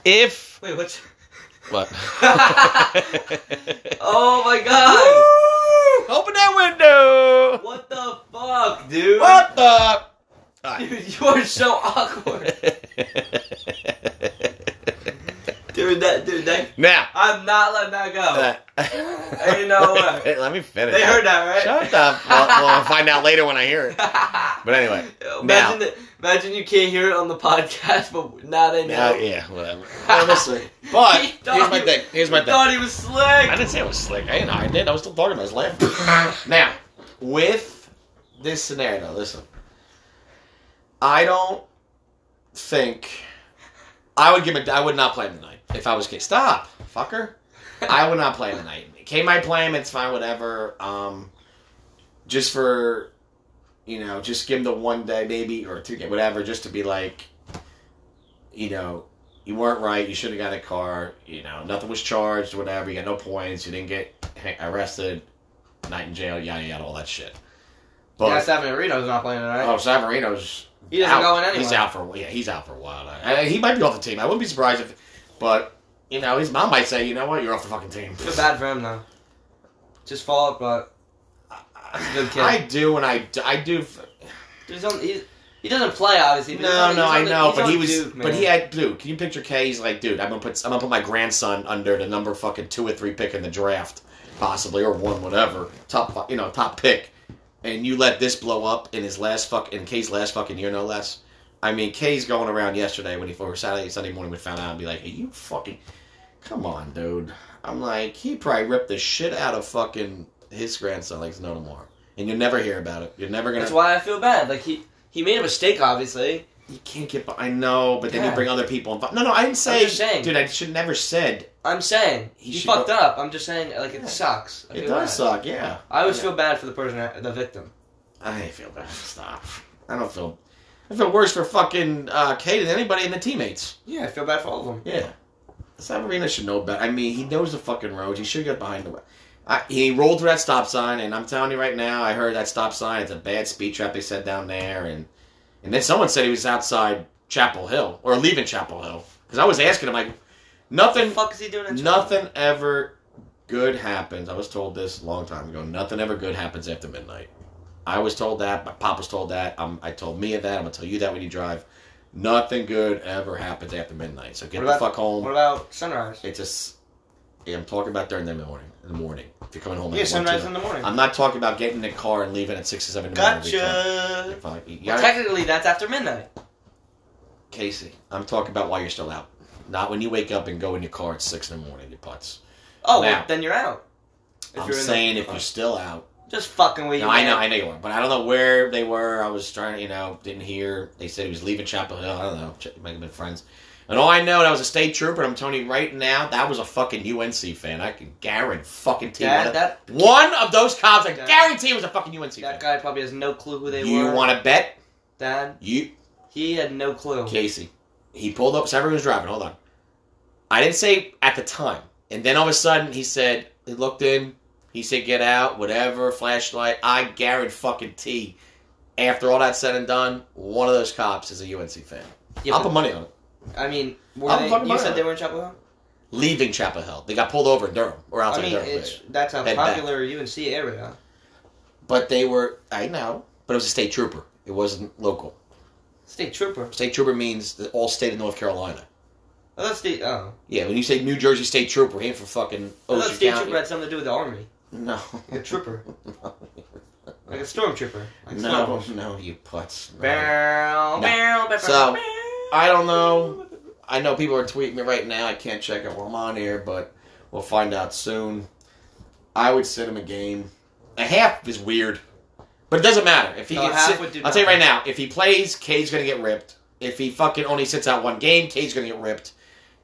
if
Wait, what's?
what?
oh my god!
Open that window.
What the fuck, dude?
What the? All
Dude, you are so awkward, dude. That dude, that
now.
I'm not letting that go.
you
know what?
Let me finish.
they heard that, right?
Shut up. Well, well, I'll find out later when I hear it. But anyway,
imagine that, imagine you can't hear it on the podcast, but now they know.
now, yeah, whatever. But
Oh, He thought
here's my
he-
thing. Here's my
he
thing.
thought he was
I
slick.
didn't say it was slick. I didn't hide it. I was still talking about his laugh. now, with this scenario, listen. I don't think I would give him. a- I would not play him tonight if I was Kate. Stop, fucker. I would not play him tonight. K might play him. It's fine, whatever. Um, just for you know, just give him the one day maybe or two, whatever, just to be like, you know, you weren't right. You should have got a car. You know, nothing was charged. Whatever. You got no points. You didn't get ha- arrested. Night in jail. Yada yada. All that shit. But
yeah, Savarino's not playing tonight.
oh, Savarino's
he doesn't
out.
go in anyway.
He's out for yeah. He's out for a while. I, I- he might be off the team. I wouldn't be surprised if, but you know, his mom might say, you know what, you're off the fucking team.
Feel bad for him though. Just fall up, but a good kid.
I do, and I d- I do.
he's on, he's, he doesn't play obviously. but he's
No,
on-
no,
he's
I
on the-
know,
he's
but
on
he was,
Duke,
but
man.
he had dude. Can you picture K? He's like, dude, I'm gonna put, I'm gonna put my grandson under the number fucking two or three pick in the draft, possibly or one, whatever, top, fi- you know, top pick, and you let this blow up in his last fuck, in K's last fucking year, no less. I mean, K's going around yesterday when he or Saturday, Sunday morning, we found out and be like, hey, you fucking, come on, dude. I'm like, he probably ripped the shit out of fucking his grandson like it's no more, and you'll never hear about it. You're never gonna.
That's why I feel bad. Like he he made a mistake, obviously.
You can't get. by- I know, but then you
Yeah.
bring other people. Involved. No, no, I didn't say.
just saying.
Dude, I should never said.
I'm saying
He
he,
should
fucked
go-
up. I'm just saying like it
Yeah.
sucks. I
It
feel
does
bad.
suck. Yeah.
I always
Yeah.
feel bad for the person, the victim.
I ain't feel bad. Stop. I don't feel. I feel worse for fucking uh, Kate than anybody in the teammates.
Yeah, I feel bad for all of them.
Yeah. Savarina should know better. I mean, he knows the fucking roads. He should get behind the wheel. I, he rolled through that stop sign, and I'm telling you right now, I heard that stop sign. It's a bad speed trap they said down there, and and then someone said he was outside Chapel Hill or leaving Chapel Hill because I was asking him like,
What
nothing.
the fuck is he doing? in Toronto?
Nothing ever good happens. I was told this a long time ago. Nothing ever good happens after midnight. I was told that. My pop was told that. i I told Mia that. I'm gonna tell you that when you drive. Nothing good ever happens after midnight. So get
What
the
about-
fuck home.
What about sunrise?
It's just. Yeah, I'm talking about during the morning. In the morning, if you're coming home. at
Yeah,
one,
sunrise
two.
in the morning.
I'm not talking about getting in the car and leaving at six or seven. in the morning every time.
gotcha.
If I- you
Well,
gotta-
technically, that's after midnight.
Casey, I'm talking about while you're still out, not when you wake up and go in your car at six in the morning. You putts.
Oh, well,
Now.
then you're out. If
I'm
you're in the-
saying if you're still out.
just fucking with you.
No, I know,
man.
I know you were, but I don't know where they were. I was trying, to, you know, didn't hear. They said he was leaving Chapel Hill. I don't know. Ch- Might have been friends. And all I know, that was a state trooper. And I'm telling you right now, that was a fucking UNC fan. I can guarantee fucking
That,
one, of-
that
one of those cops. I
Dad.
guarantee it was a fucking UNC
that
fan.
guy probably has no clue who they
You
were.
want to bet?
Dad,
You
he had no clue.
Casey. He pulled up. Severin was driving. Hold on. I didn't say at the time. And then all of a sudden, he said, he looked in. He said, get out, whatever, flashlight. I guarantee fucking T. After all that's said and done, one of those cops is a UNC fan.
Yeah,
I'll
but-
put money on it.
I mean, were
I'm
they,
fucking
you
buying
said
it.
they were in Chapel Hill?
Leaving Chapel Hill. They got pulled over in Durham or
I
outside
mean,
Durham.
it's that's a
Head back.
popular UNC area.
But they were, I know, but it was a state trooper. It wasn't local.
State trooper.
State trooper means the all state of North Carolina.
Oh, that's state. Oh,
Yeah, when you say New Jersey state trooper, he ain't from fucking
I thought
Ocean
state
Oh, County.
trooper had something to do with the army,
No.
like a trooper,
no,
like a stormtrooper. Like
no,
Stormbush.
you putz. No.
Barrel,
No.
barrel, barrel,
So,
barrel.
I don't know. I know people are tweeting me right now. I can't check it while I'm on here, but we'll find out soon. I would send him a game. A half is weird, but it doesn't matter. If he,
No,
gets
half
sit-
would do
I'll tell you right
nothing.
now. If he plays, Cade's gonna get ripped. If he fucking only sits out one game, Cade's gonna get ripped.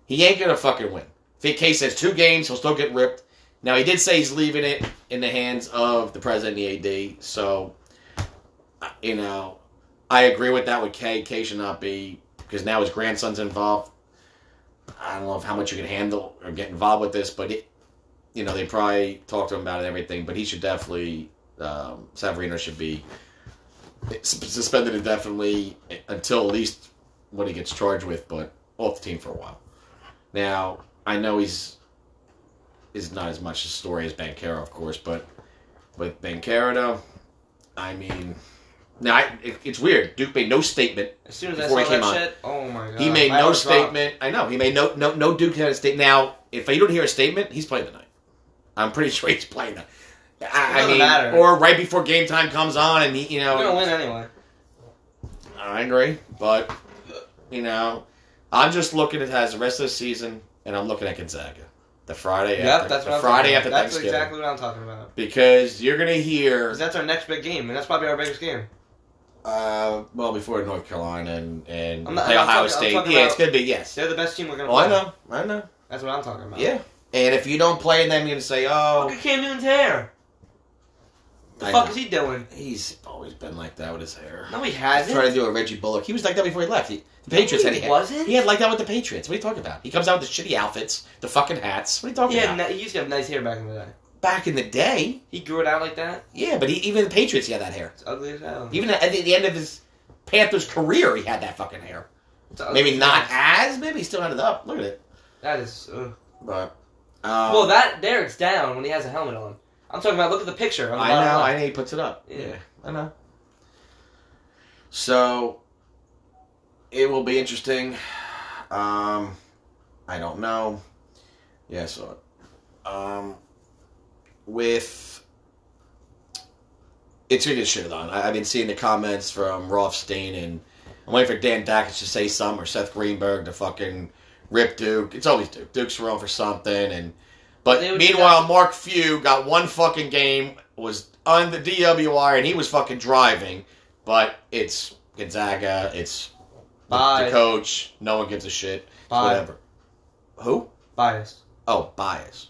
He ain't gonna fucking win. If Cade says two games, he'll still get ripped. Now he did say he's leaving it in the hands of the president, and the AD. So, uh, you know, I agree with that. With K, K should not be because now his grandson's involved. I don't know if how much you can handle or get involved with this, but it, you know, they probably talked to him about it and everything. But he should definitely, um, Severino should be sus- suspended indefinitely until at least what he gets charged with, but off the team for a while. Now I know he's is not as much a story as Bankero, of course, but with Bankero, though, I mean, now I, it, it's weird. Duke made no statement
As soon as I saw
before he
that
came on.
shit, oh my god.
he made
my
no
eyes dropped.
statement. I know he made no no no Duke had a statement. Now, if you don't hear a statement, he's playing tonight. I'm pretty sure he's playing tonight. I, I
Doesn't
mean,
matter.
or right before game time comes on, and he, you
We're gonna
know,
win anyway.
I agree, but you know, I'm just looking at has the rest of the season, and I'm looking at Gonzaga the Friday
Yep,
after
that's
the
what I'm
Friday
talking
after
about. That's
Thanksgiving
exactly what I'm talking about.
because you're gonna hear
'Cause that's our next big game, and that's probably our biggest game.
uh, well before North Carolina and and
I'm not-
play
I'm
Ohio
talking- I'm
State.
talking
Yeah, it's
about-
gonna be yes.
They're the best team we're gonna
Oh,
play.
I know, I know.
That's what I'm talking about.
Yeah. And if you don't play them, you're gonna say,
Look
"Oh,
at Cam Newton's hair. The
I
fuck
know.
is he doing?
he's always been like that with his hair."
No,
I
he
was
hasn't.
trying to do a Reggie Bullock. He was like that before he left. He, the Patriots
no,
had
he
he had,
wasn't.
he had like that with the Patriots. What are you talking about? He comes out with the shitty outfits, the fucking hats. What are you talking
He, had
about?
ni- he used to have nice hair back in the day.
Back in the day,
He grew it out like that.
yeah, but he, even the Patriots he had that hair.
It's ugly as hell.
Even at the, the end of his Panthers career, he had that fucking hair.
It's ugly
Maybe
as
not
hell.
as, maybe he still had it up. Look at it.
That is. ugh.
But um,
well, that there it's down when he has a helmet on. I'm talking about. Look at the picture. On the
I
bottom
know.
left.
I know he puts it up.
Yeah.
I know. So it will be interesting. Um, I don't know. Yeah, I saw it. Um, with it's gonna get shitted on. I, I've been seeing the comments from Rothstein and I'm waiting for Dan Dakich to say something or Seth Greenberg to fucking rip Duke. It's always Duke. Duke's wrong for something and. But
They would do
meanwhile, Mark Few got one fucking game, was on the DWI, and he was fucking driving. But it's Gonzaga, it's the-
Bye.
the coach. No one gives a shit.
Bye.
Whatever. Who?
Biased.
Oh, bias.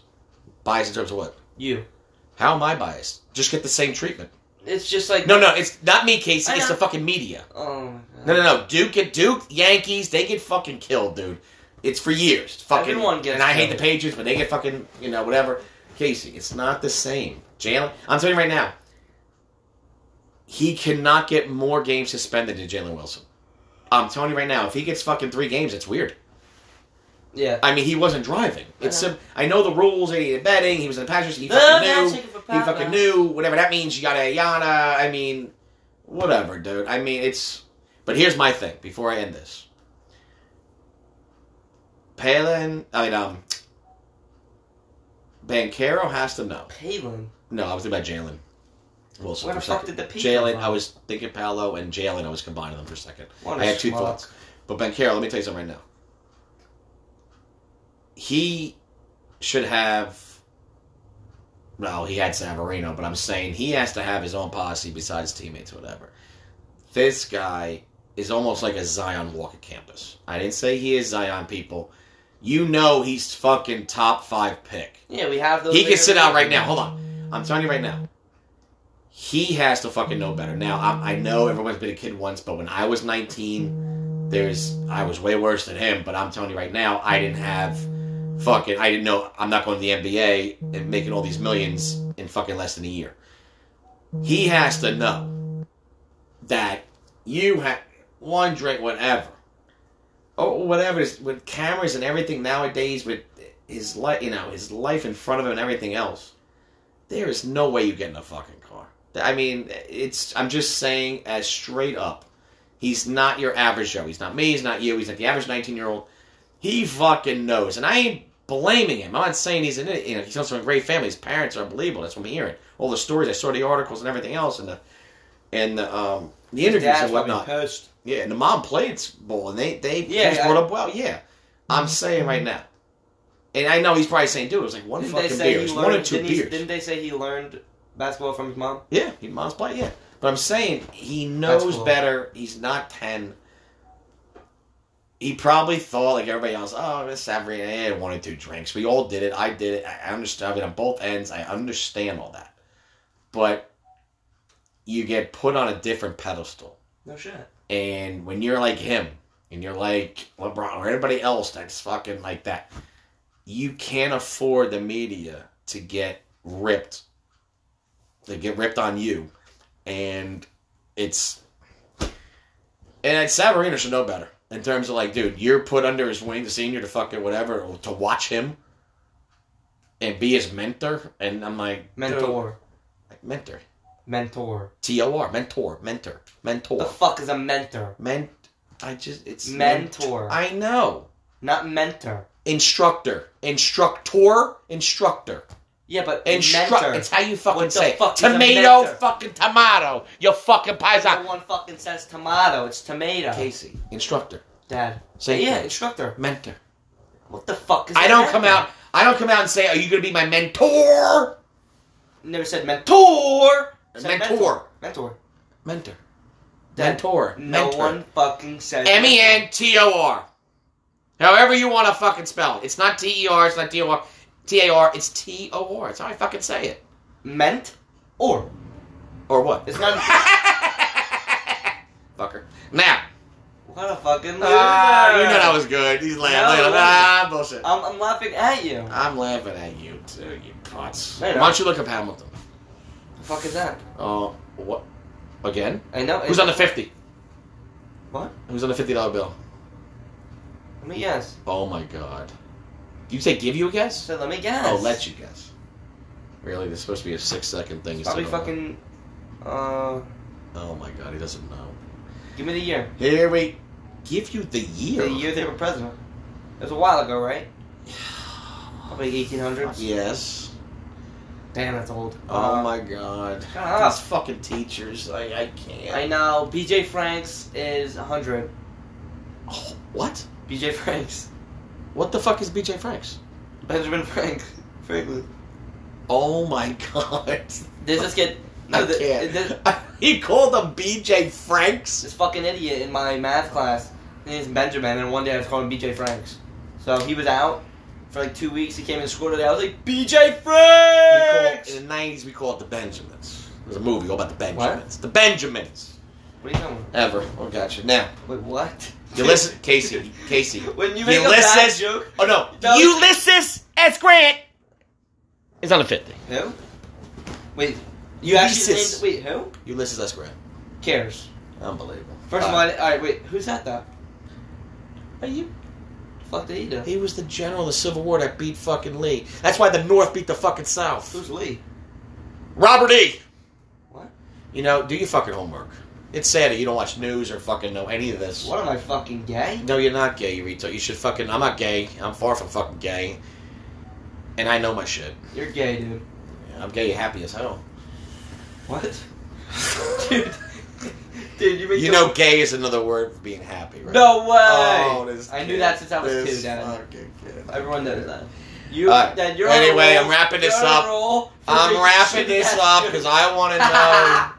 Bias in terms of what?
You.
How am I biased? Just get the same treatment.
It's just like.
No, no, it's not me, Casey.
I
It's
know.
the fucking media.
Oh. my God.
No, no, no. Duke at Duke, Yankees, they get fucking killed, dude. It's for years. Fucking
Everyone gets
And I hate the
killed.
Patriots, but they get fucking you know whatever. Casey, it's not the same. Jalen, I'm telling you right now, he cannot get more games suspended than Jalen Wilson. I'm telling you right now, if he gets fucking three games, it's weird.
Yeah.
I mean, he wasn't driving. It's
I
sim- I know the rules. He had betting. He was in the Patriots.
Oh,
He fucking knew. He fucking knew whatever that means. You got a Yana. I mean, whatever, dude. I mean, it's. But here's my thing. Before I end this, Palin. I mean, um, Bancaro has to know.
Palin.
No, I was thinking about Jalen Wilson.
Where
for
the
a
fuck
second.
did the P
Jalen?
come
I
from?
was thinking Paolo and Jalen. I was combining them for a second.
What a
I had two
schmuck.
thoughts. But Bancaro, let me tell you something right now. He should have. Well, he had Savarino, but I'm saying he has to have his own policy besides teammates, whatever. This guy is almost like a Zion Walker campus. I didn't say he is Zion people. You know he's fucking top five pick.
Yeah, we have those.
He can
bigger
sit out
people.
right now. Hold on. I'm telling you right now. He has to fucking know better. Now, I, I know everyone's been a kid once, but when I was 19, there's I was way worse than him. But I'm telling you right now, I didn't have fucking. I didn't know I'm not going to the NBA and making all these millions in fucking less than a year. He has to know that you have one drink, whatever. Oh, whatever. is- With cameras and everything nowadays, with his life, you know, his life in front of him and everything else. There is no way you get in a fucking car. I mean, it's. I'm just saying, as straight up, he's not your average Joe. He's not me. He's not you. He's not the average 19 year old. He fucking knows, and I ain't blaming him. I'm not saying he's an. idiot. You know, he comes from a great family. His parents are unbelievable. That's what I'm hearing. All the stories I saw, the articles and everything else, and the and the um the
His
interviews
dad's
and
probably
whatnot.
pissed.
Yeah, and the mom played ball, and they they
Yeah,
yeah,
I- Mm-hmm.
brought up well. Yeah, I'm saying right now, and I know he's probably saying, "Dude, it was like one
Didn't they
fucking
say
beer,
he
it was
learned?
one or 2
didn't, he,
beers."
didn't they say he learned basketball from his mom?
yeah, he mom's play. Yeah, but I'm saying he knows
cool.
better. He's not ten. He probably thought like everybody else. Oh, this every eh, one or two drinks. We all did it. I did it. I I understand. I mean, on both ends, I understand all that, but you get put on a different pedestal.
No shit.
And when you're like him, and you're like LeBron or anybody else that's fucking like that, you can't afford the media to get ripped, to get ripped on you, and it's and it's Savarino should know better in terms of like, dude, you're put under his wing, the senior to fucking whatever, or to watch him and be his mentor, and I'm like dude,
Mentor.
like, mentor,
Mentor.
T O R, mentor, mentor, mentor.
The fuck is a mentor?
Men, I just it's
Mentor.
I know
Not mentor.
instructor, instructor, instructor,
Yeah, but
instructor.
mentor.
It's how you fucking
What the
say it.
fuck is a
tomato,
mentor?
fucking tomato. You fucking
no
paisan.
one fucking says tomato. It's tomato.
Casey, instructor,
Dad.
Say
yeah,
it.
instructor.
mentor.
What the fuck is?
I
a
don't come
mentor?
out. I don't come out and say, "Are you going to be my mentor?"
Never said mentor. Said
Mentor.
Mentor.
Mentor,
That-
mentor,
No
mentor.
one fucking says.
M E N T O R. However you want to fucking spell it. It's not T E R. It's not D O R. T A R. It's T O R. It's how I fucking say it.
Meant or.
Or what?
It's not-
Fucker. Now.
What a fucking loser.
Ah, you know that was good. He's
No,
laughing.
it wasn't.
ah, bullshit.
I'm, I'm laughing at you.
I'm laughing at you too, you putz.
No,
Why
you're
don't you look up Hamilton?
the fuck is that?
Oh, what? Again?
I know.
Who's on the fifty?
What?
Who's on the fifty dollar bill?
Let me guess.
Oh my god. You say give you a guess?
So let me guess.
Oh, let you guess. Really? This is supposed to be a six second thing.
It's
instead
probably
of a-
fucking. Uh,
Oh my god, he doesn't know.
give me the year.
Here we give you the year.
The year they were president. It was a while ago, right? Probably 1800s.
Yes.
Damn, that's old.
Oh
Uh,
my god.
shut up.
These fucking teachers. I, I can't.
I know. BJ Franks is 100.
Oh, what?
BJ Franks.
What the fuck is BJ Franks?
Benjamin Frank. Franklin.
Oh my god.
There's this kid.
I
No, the,
can't.
this,
he called him BJ Franks?
this fucking idiot in my math class. His name's Benjamin, and one day I was calling BJ Franks. So he was out for like two weeks. He came in school today. I was like, BJ
We call,
Franks!
in the 90s, we called it the Benjamins. There's a movie all about the Benjamins. The Benjamins.
What are you doing?
Ever. Oh, gotcha. Now,
Wait, what?
Ulysses. Casey. Casey.
When you make a bad
Ulysses-
joke.
Oh, no.
That was-
Ulysses S. Grant is on the 50.
Who? Wait, you actually named,
Ulysses.
wait who?
Ulysses S. Grant.
Cares.
Unbelievable. Uh,
First of all, all right, wait, who's that though?
are you
The fuck did he do?
He was the general of the Civil War that beat fucking Lee. That's why the North beat the fucking South.
Who's Lee?
Robert E.
What?
You know, do your fucking homework. It's sad that you don't watch news or fucking know any of this.
What am I fucking gay?
No, you're not gay, you retard. You should fucking. I'm not gay. I'm far from fucking gay. And I know my shit.
You're gay, dude.
I'm gay, happy as hell.
What? dude, dude, you make
You
the-
know, gay is another word for being happy, right?
No way.
Oh, this
I
kid.
knew that since I was
This
two, Dad.
fucking kid.
Everyone knows that. You,
All right.
Dad, you're
Anyway,
on a
I'm wrapping this
You're on a
up.
roll for
I'm
making
wrapping
shitty
this
ass
up
jokes.
because I want to know.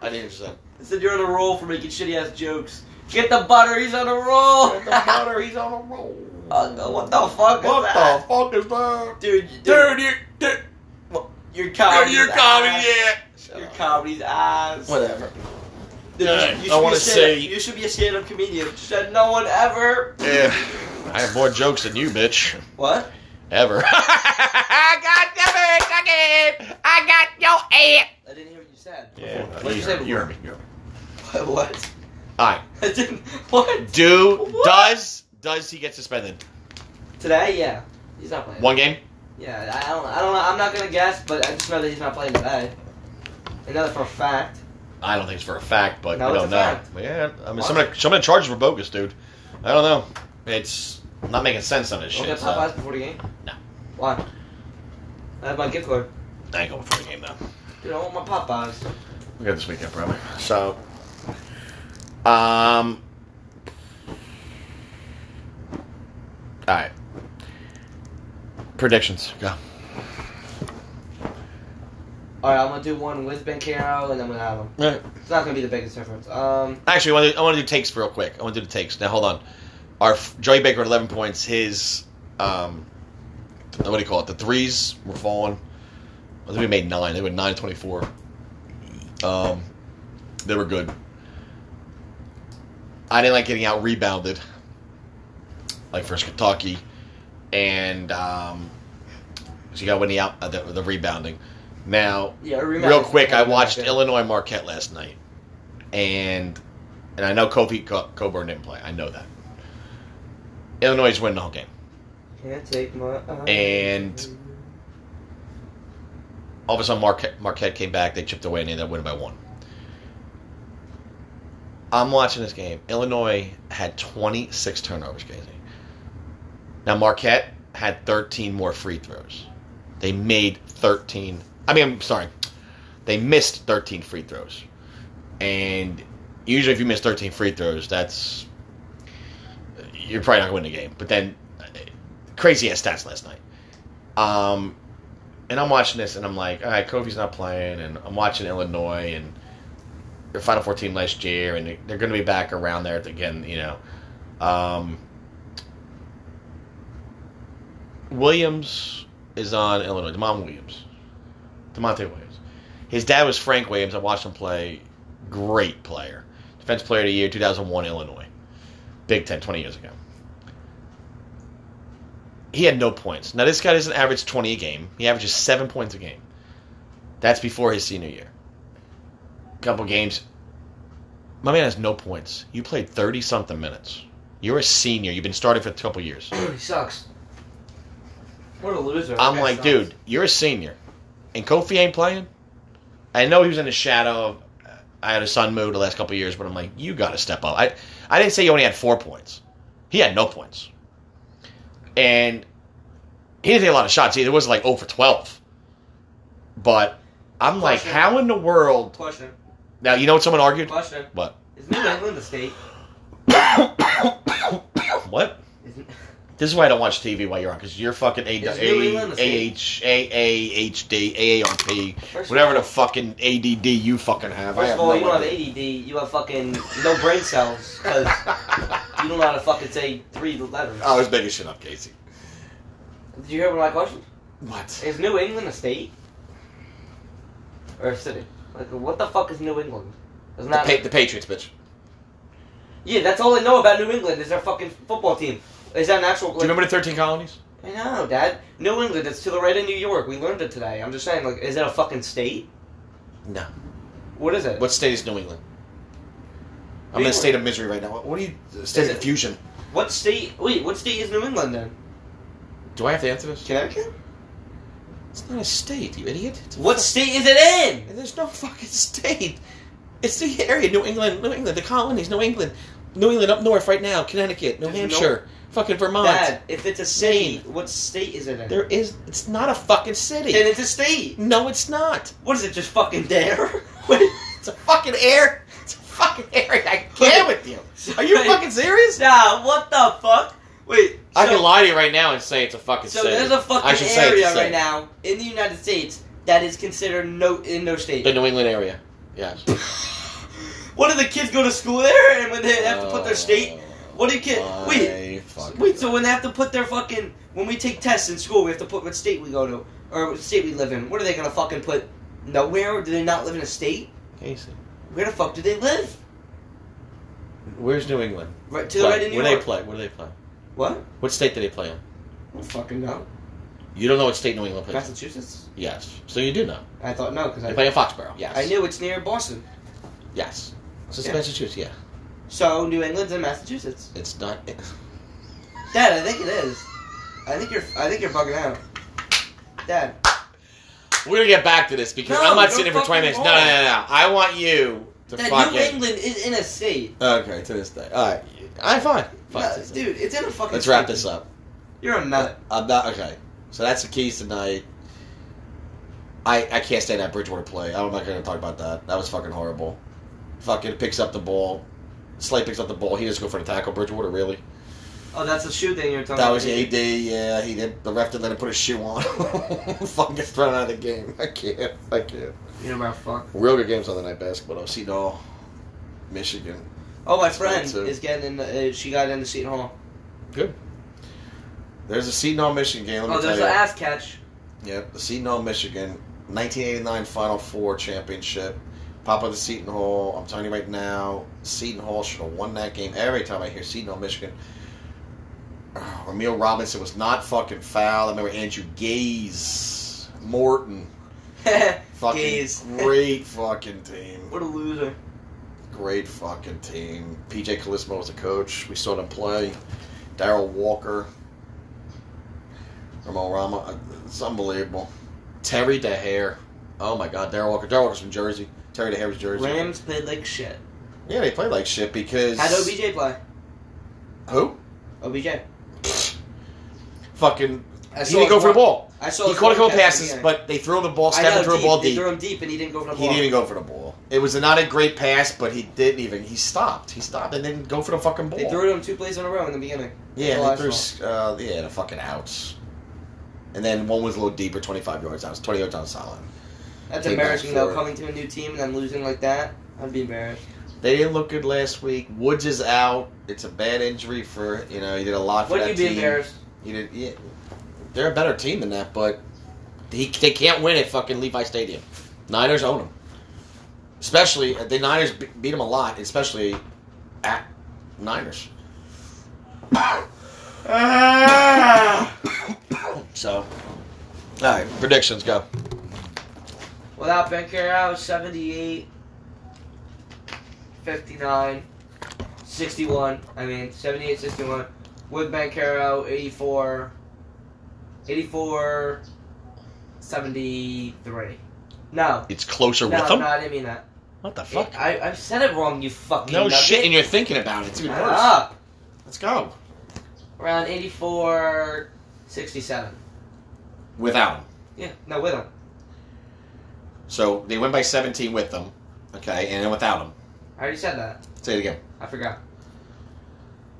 I didn't say.
I said you're on a roll for making shitty ass jokes. Get the butter. He's on a roll.
the butter, he's on a roll.
Uh, what the fuck?
what
is
the
that?
fuck is that?
dude? Dude,
Dude, you, dude,
your
you're,
comedy.
you're comedy, yeah.
Your comedy's ass.
Whatever.
Dude,
Yeah,
you should
I
be
wanna
a stand-
say-
you should be a stand-up comedian. Said no one ever.
Yeah. I have more jokes than you, bitch.
What?
Ever. I got the I got your aunt.
I didn't hear what you said.
Yeah,
What
no,
did
you
you say?
heard me, you
before?
heard me. you heard me.
What?
All right.
I didn't. What?
Do
What?
does does he get suspended?
Today? Yeah. He's not playing.
One game.
Yeah, I don't. I don't know. I'm not gonna guess, but I just know that he's not playing today. Another for a fact.
I don't think it's for a fact, but
No,
we
it's
don't
a
know.
fact.
Yeah, I mean,
What?
some of the, some of the charges were bogus, dude. I don't know. It's not making sense on this
We'll
shit.
get
so-
Popeyes before the game.
No.
Why? I have my gift card.
I ain't going before the game though.
Dude, I want my Popeyes.
We got this weekend, probably. So, um, all right. Predictions. Go.
All right, I'm gonna do one with Ben Caro and then with Adam. It's not gonna be the biggest difference. Um,
Actually, I want, to, I want to do takes real quick. I want to do the takes. Now, hold on. Our f- Joey Baker at 11 points. His, um, th- what do you call it? The threes were falling. I think we made nine. They were 9 24. Um, they were good. I didn't like getting out rebounded, like versus Kentucky. And, um, so you got winning out uh, the, the rebounding. Now,
yeah, I remember.
real quick, I watched
Okay.
Illinois Marquette last night, and and I know Kofi Co- Coburn didn't play. I know that. Illinois is winning the whole game.
Can't take my eyes
And-
from you.
All of a sudden, Marquette, Marquette came back. They chipped away and they ended up winning by one. I'm watching this game. Illinois had 26 turnovers, Casey. Now Marquette had 13 more free throws. They made 13. I mean, I'm sorry, they missed 13 free throws. And usually, if you miss 13 free throws, that's you're probably not going to win the game. But then, uh, crazy ass stats last night. Um, and I'm watching this, and I'm like, all right, Kofi's not playing, and I'm watching Illinois and their Final Four team last year, and they're going to be back around there again, you know. Um, Williams is on Illinois. Demond Williams, Demonte Williams. His dad was Frank Williams. I watched him play. Great player, Defense Player of the Year, 2001 Illinois, Big Ten, 20 years ago. He had no points. Now this guy doesn't average 20 a game. He averages seven points a game. That's before his senior year. Couple games. My man has no points. You played 30 something minutes. You're a senior. You've been starting for a couple years.
he sucks. What a loser.
I'm
That
like,
sucks.
dude, you're a senior, and Kofi ain't playing. I know he was in the shadow of. I had a sun mood the last couple of years, but I'm like, you got to step up. I, I didn't say he only had four points. He had no points, and he didn't take a lot of shots either. It was like 0 for 12. But I'm like,
Question.
how in the world?
Question.
Now you know what someone argued.
Question.
What?
Is New England a state?
What?
Is,
This is why I don't watch TV while you're on because you're fucking A
Is New
A
England
A
the same?
H A A H D A A R P
First of
whatever
all-
the fucking ADD you fucking have. I
First
have
of all,
no
you don't have
idea.
ADD. You have fucking no brain cells because you don't know how to fucking say three letters.
I was making shit up, Casey.
Did you hear one of my questions?
What?
Is New England a state or a city? Like, what the fuck is New England? It's
The,
not.
pa- the Patriots, bitch.
yeah, that's all I know about New England is their fucking football team. Is that an actual?
Do you remember the Thirteen Colonies?
I know, Dad. New England. It's to the right of New York. We learned it today. I'm just saying, like, is it a fucking state?
No.
What is it?
What state is New England? I'm in a
England.
state of misery right now. What, what are you? the State
Is
of
it-
fusion.
What state? Wait, what state is New England then?
Do I have to answer this?
Connecticut.
It's not a state, you idiot. It's a
What
fuck-
state is it in?
There's no fucking state. It's the area, New England, New England, the colonies, New England, New England up north right now, Connecticut, New
There's no-
Hampshire, fucking Vermont.
Dad, if it's a city,
Maine.
what state is it in?
There is. It's not a fucking city.
Then it's a state.
no, it's not.
What is it? Just fucking there? Wait.
It's a fucking air. It's a fucking area. I can't with you. Are you fucking serious?
Nah, what the fuck? Wait.
I
so,
can lie to you right now and say it's a fucking
So
city.
there's a fucking
I should say it's a
area
city.
right now in the United States that is considered no in no state.
The New England area. Yes.
What do the kids go to school there? And when they have to put their state, what do you kid?
Oh, My
Wait,
fucking
wait. So
God.
when they have to put their fucking when we take tests in school, we have to put what state we go to or what state we live in. What are they gonna fucking put? Nowhere? Do they not live in a state?
Casey,
Where the fuck do they live?
where's New England?
Right to the right in New
Where do
York.
they play? Where do they play?
What?
What state do they play in?
Well, fucking no.
You don't know what state New England plays. in.
Massachusetts.
Yes, so you do know.
I thought no because
They
I.
play in Foxborough. Yes,
I knew it's near Boston.
Yes, so it's
Yeah.
Massachusetts. Yeah,
So New England's in Massachusetts.
it's not.
Dad, I think it is. I think you're. I think you're bugging out. Dad.
We're gonna get back to this because
No,
I'm not
go
sitting here for 20 minutes. No,
fucking
no,
on.
no, no. I want you to
Dad,
fucking.
New England is in a state.
Okay, to this day. All right, I'm fine. Fuck
No,
this.
dude, it's in a fucking.
Let's wrap
state.
this up.
You're a nut.
I'm not okay. So that's the keys tonight. I I can't stand that Bridgewater play. I'm not gonna talk about that. That was fucking horrible. Fucking picks up the ball. Slay picks up the ball. He doesn't go for the tackle. Bridgewater really.
Oh, that's the shoe thing you're talking
That
about.
was the AD. Yeah, he did. The ref didn't let him put his shoe on. fucking gets thrown out of the game. I can't. I can't.
You're about fuck.
Real good games on the night basketball. though. Seton Hall, Michigan.
Oh, my
That's right,
friend
too.
is getting in. The, uh, she got in the seat hall.
There's a Seton Hall, Michigan game. Let me
Oh,
tell
there's
you.
an ass catch.
Yep, the Seton Hall, Michigan, 1989 Final Four championship. Pop of the Seton Hall. I'm telling you right now, Seton Hall should have won that game. Every time I hear Seton Hall, Michigan, Ugh, Ramil Robinson was not fucking foul. I remember Andrew Gaze, Morton, fucking
Gaze.
great fucking team,
what a loser.
great fucking team. PJ Kalismo was the coach. We saw them play. Daryl Walker, Ramon Rama. uh, It's unbelievable. Terry DeHare. Oh my God, Daryl Walker. Daryl Walker's from Jersey. Terry DeHare's Jersey.
Rams played like shit.
Yeah, they play like shit because.
How'd OBJ play?
Who?
OBJ.
Fucking.
I
He didn't go for the ball.
I saw
He
his
caught a couple
one catch at the
passes,
beginning.
but they threw him the ball.
I know,
Stephen threw a ball
They
deep.
threw him deep, and he didn't go for the
He
ball.
didn't even go for the ball. It was not a great pass, but he didn't even. He stopped. He stopped and didn't go for the fucking ball.
They threw it him two plays in a row in the beginning.
Yeah,
Well,
they
I
threw uh, yeah the fucking outs, and then one was a little deeper, twenty five yards out, twenty yards out solid.
That's
Came back
embarrassing though.
for it.
Coming to a new team and then losing like that, I'd be embarrassed.
They didn't look good last week. Woods is out. It's a bad injury for you know. He did a lot for
Would
that
you be
team.
embarrassed?
You did, yeah, they're a better team than that, but he, they can't win at fucking Levi Stadium. Niners own them, especially uh, the Niners be- beat them a lot, especially at Niners. so, all right, predictions go.
Without Ben Carroll, 78, 59, 61. I mean, 78, 61. With Ben Carroll, 84, 84, 73. No.
It's closer
No,
with them.
no, I didn't mean that.
What the fuck?
I, I said it wrong, you fucking
no
nugget. Ah.
shit, and you're thinking about it. It's even
Shut
worse.
up.
Let's go
Around 84, 67.
without. 'em.
Yeah, no, with him.
So they went by 17 with them, okay, and then without them.
I already said that.
Say it again.
I forgot.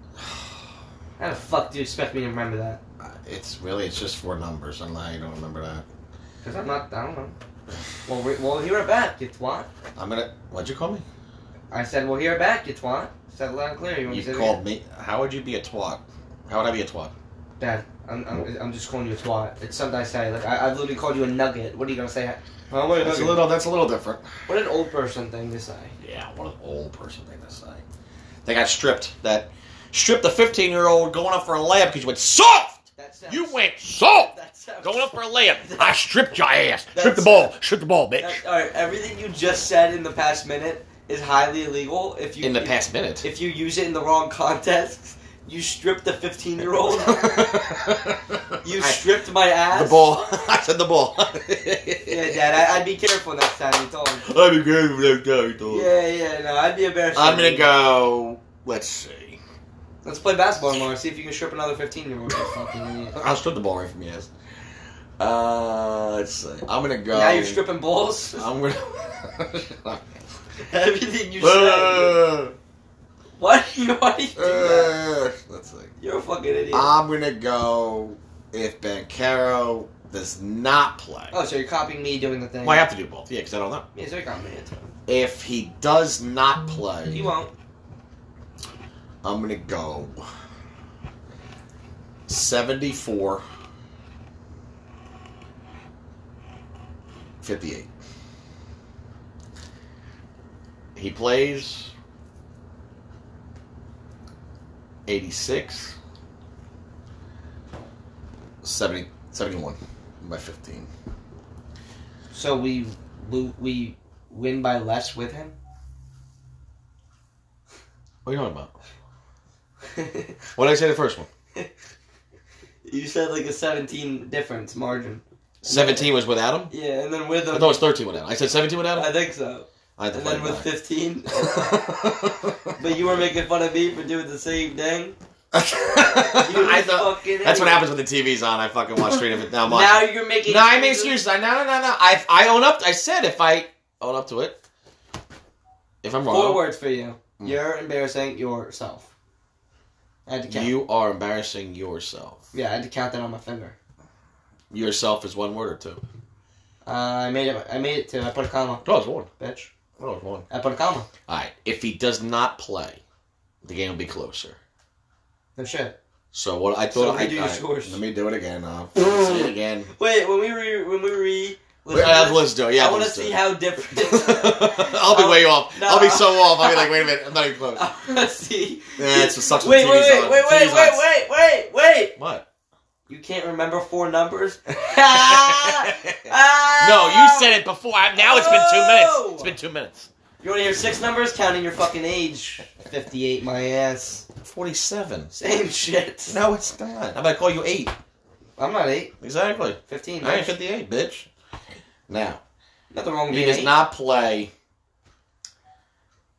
How the fuck do you expect me to remember that?
Uh, It's really it's just four numbers. I'm not. I don't remember that.
Because I'm not, I don't know. Well, we, we'll hear it back, you twat.
I'm gonna. What'd you call me?
I said, we'll hear it back, you twat. Said it loud and clear. You want me to
You
say
called me. How would you be a twat? How would I be a twat?
it again? Dad, I'm, I'm, I'm just calling you a twat. It's something I say. Like, I, I've literally called you a nugget. What are you going to say? Well, what, a
Oh, That's a
nugget.
little. That's a little different.
what an old person thing to say.
Yeah, what an old person thing to say. They got stripped. That stripped the 15 year old going up for a layup because you went soft.
That sounds,
You went soft.
That sounds,
Going up for a layup. I stripped your ass. Strip
That's-
the ball. Strip the ball, bitch.
That- all right, everything you just said in the past minute is highly illegal. If you
In the
if-
past minute.
if you use it in the wrong context, you stripped the fifteen-year-old. you
I-
stripped my ass.
the ball. I said the ball.
Yeah, Dad, I, I'd be careful next time you told me.
I'm a game like that, though.
Yeah, yeah, no, I'd be embarrassed.
I'm gonna go. Let's see.
Let's play basketball tomorrow. See if you can strip another fifteen-year-old. You fucking idiot.
I'll strip the ball right from your ass. Uh, let's see. I'm gonna go.
Now you're stripping balls.
I'm Uh, gonna.
Everything you said.
Uh,
Why do you why do you do that?
uh, let's see.
You're a fucking idiot.
I'm gonna go. If Bancaro does not play,
oh, so you're copying me doing the thing?
well, I have to do both. Yeah, because I don't know.
Yeah, so you're copying me. it's fine.
If he does not play,
He won't.
I'm gonna go seventy-four, fifty-eight.
He plays
86, 70, 71 by 15.
So we lo- we win by less with him.
What are you talking about? What did I say the first one?
you said like a seventeen difference margin.
17 was without him?
Yeah, and then with
I
him,
thought it was 13 without him. I said 17 without
I
him?
think so.
I had to
And then with
play it
fifteen,
back.
but you were making fun of me for doing the same thing. You
I thought,
fucking
that's what
idiot.
happens when the TV's on. I fucking watch three different. Now I'm watching.
Now you're making.
No, I made excuses. I, no, no, no, no. I, I own up. I said if I own up to it, if I'm
Four
wrong,
words for you.
Mm.
You're embarrassing yourself. I had to count.
you are embarrassing yourself.
Yeah, I had to count that on my finger.
Yourself is one word or two.
Uh, I made it. I made it too. I put a comma,
No, it's one.
bitch.
No, it's one.
I put a comma.
All right. If he does not play, the game will be closer.
No shit.
So what I
So
thought I,
redo your
I
scores.
Let me do it again. Uh,
say it again.
Wait, when we re when we re.
Wait, I have to listen to it. Yeah,
I want to
listen
see
it.
how different.
I'll be way off.
No,
I'll be
no.
so off. I'll be like, wait a minute, I'm not even close.
I want to see.
Yeah, it's what sucks when
wait, wait,
TV's
wait,
on.
wait, wait,
TV's on.
wait, wait, wait, wait.
What?
You can't remember four numbers. Ah!
No,
no,
you said it before. I- Now it's been two minutes. It's been two minutes.
You want to hear six numbers? Counting your fucking age. Fifty-eight, my ass.
47.
Same shit.
No, it's not. I'm going to call you 8.
I'm not eight.
Exactly.
Fifteen.
I ain't
bitch.
58, bitch. Now,
Nothing wrong
if
with
he
being
does
eight.
not play,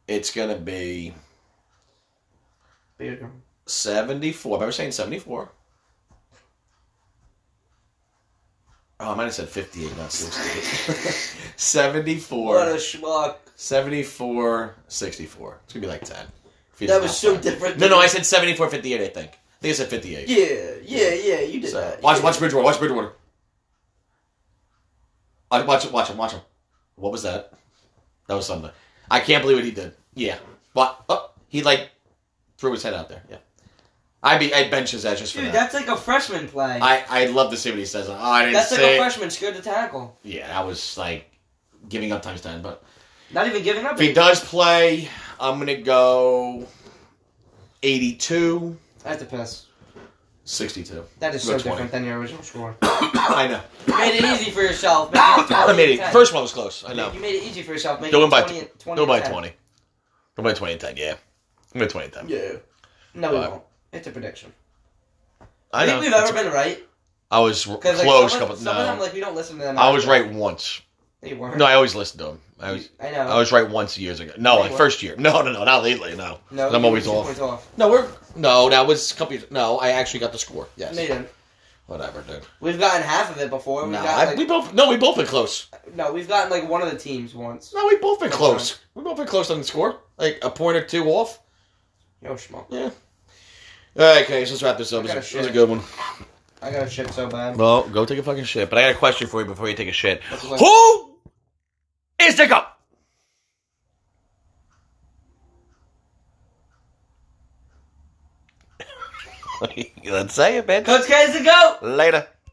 it's going to be
Beard.
74. I remember saying 74. Oh, I might have said 58, not 60. 74.
What a schmuck.
74, 64. It's going to be like 10. If he
That
does
was
not
so
play.
different.
No,
than-
no, I said 74, 58, I think. I think I said 58.
Yeah, yeah, yeah. You did
So,
that.
watch,
yeah.
watch Bridgewater. Watch Bridgewater. I watch it. Watch him. Watch him. What was that? That was something. I can't believe what he did. Yeah. But oh, he like threw his head out there. Yeah. I'd be I'd bench his ass just for
Dude,
that.
that's like a freshman play.
I I'd love to see what he says. Oh, I didn't
that's like
say.
a
it.
freshman scared to tackle.
yeah, that was like giving up times ten. But
Not even giving up.
if he does play, I'm gonna go 82,
I have to piss.
62.
That is so
Go 20.
different than your original score.
I know.
You made it easy for yourself. Make it
I made it.
20.
First one was close. I know.
You made it easy for yourself. Make
Don't
it
win by
20,
tw-
20
Go by
percent.
20. Go by 20 and 10, yeah. Go by 20 and 10.
Yeah. No, we
Five.
won't. It's a prediction.
I know.
think we've
That's-
ever been right.
I was r-
Because like,
close.
Some, of-
couple,
some
no.
of them, like we don't listen to them.
I was right once.
They weren't.
No, I always listened to him. I was
I know.
I was right once years ago. No,
Wait,
like
what?
first year. No, no, no, not lately. No.
no,
I'm
you
always
were two
off.
points off.
No, we're no. That was a couple years. No, I actually got the score. Yes.
Nathan,
Whatever, dude.
we've gotten half of it before. We've
No,
got,
I,
like,
we both no, we both been close.
No, we've gotten like one of the teams once.
No, we both been
That's
close. We both been close on the score, like a point or two off.
Yo, schmuck.
All right, okay, so let's wrap this up.
I
It was,
got
a,
a
it was a
shit.
good one.
I got a shit so bad.
Well, go take a fucking shit. But I got a question for you before you take a shit.
That's like-
Who is the goat? Let's say it, man.
Coach K is the goat.
Later.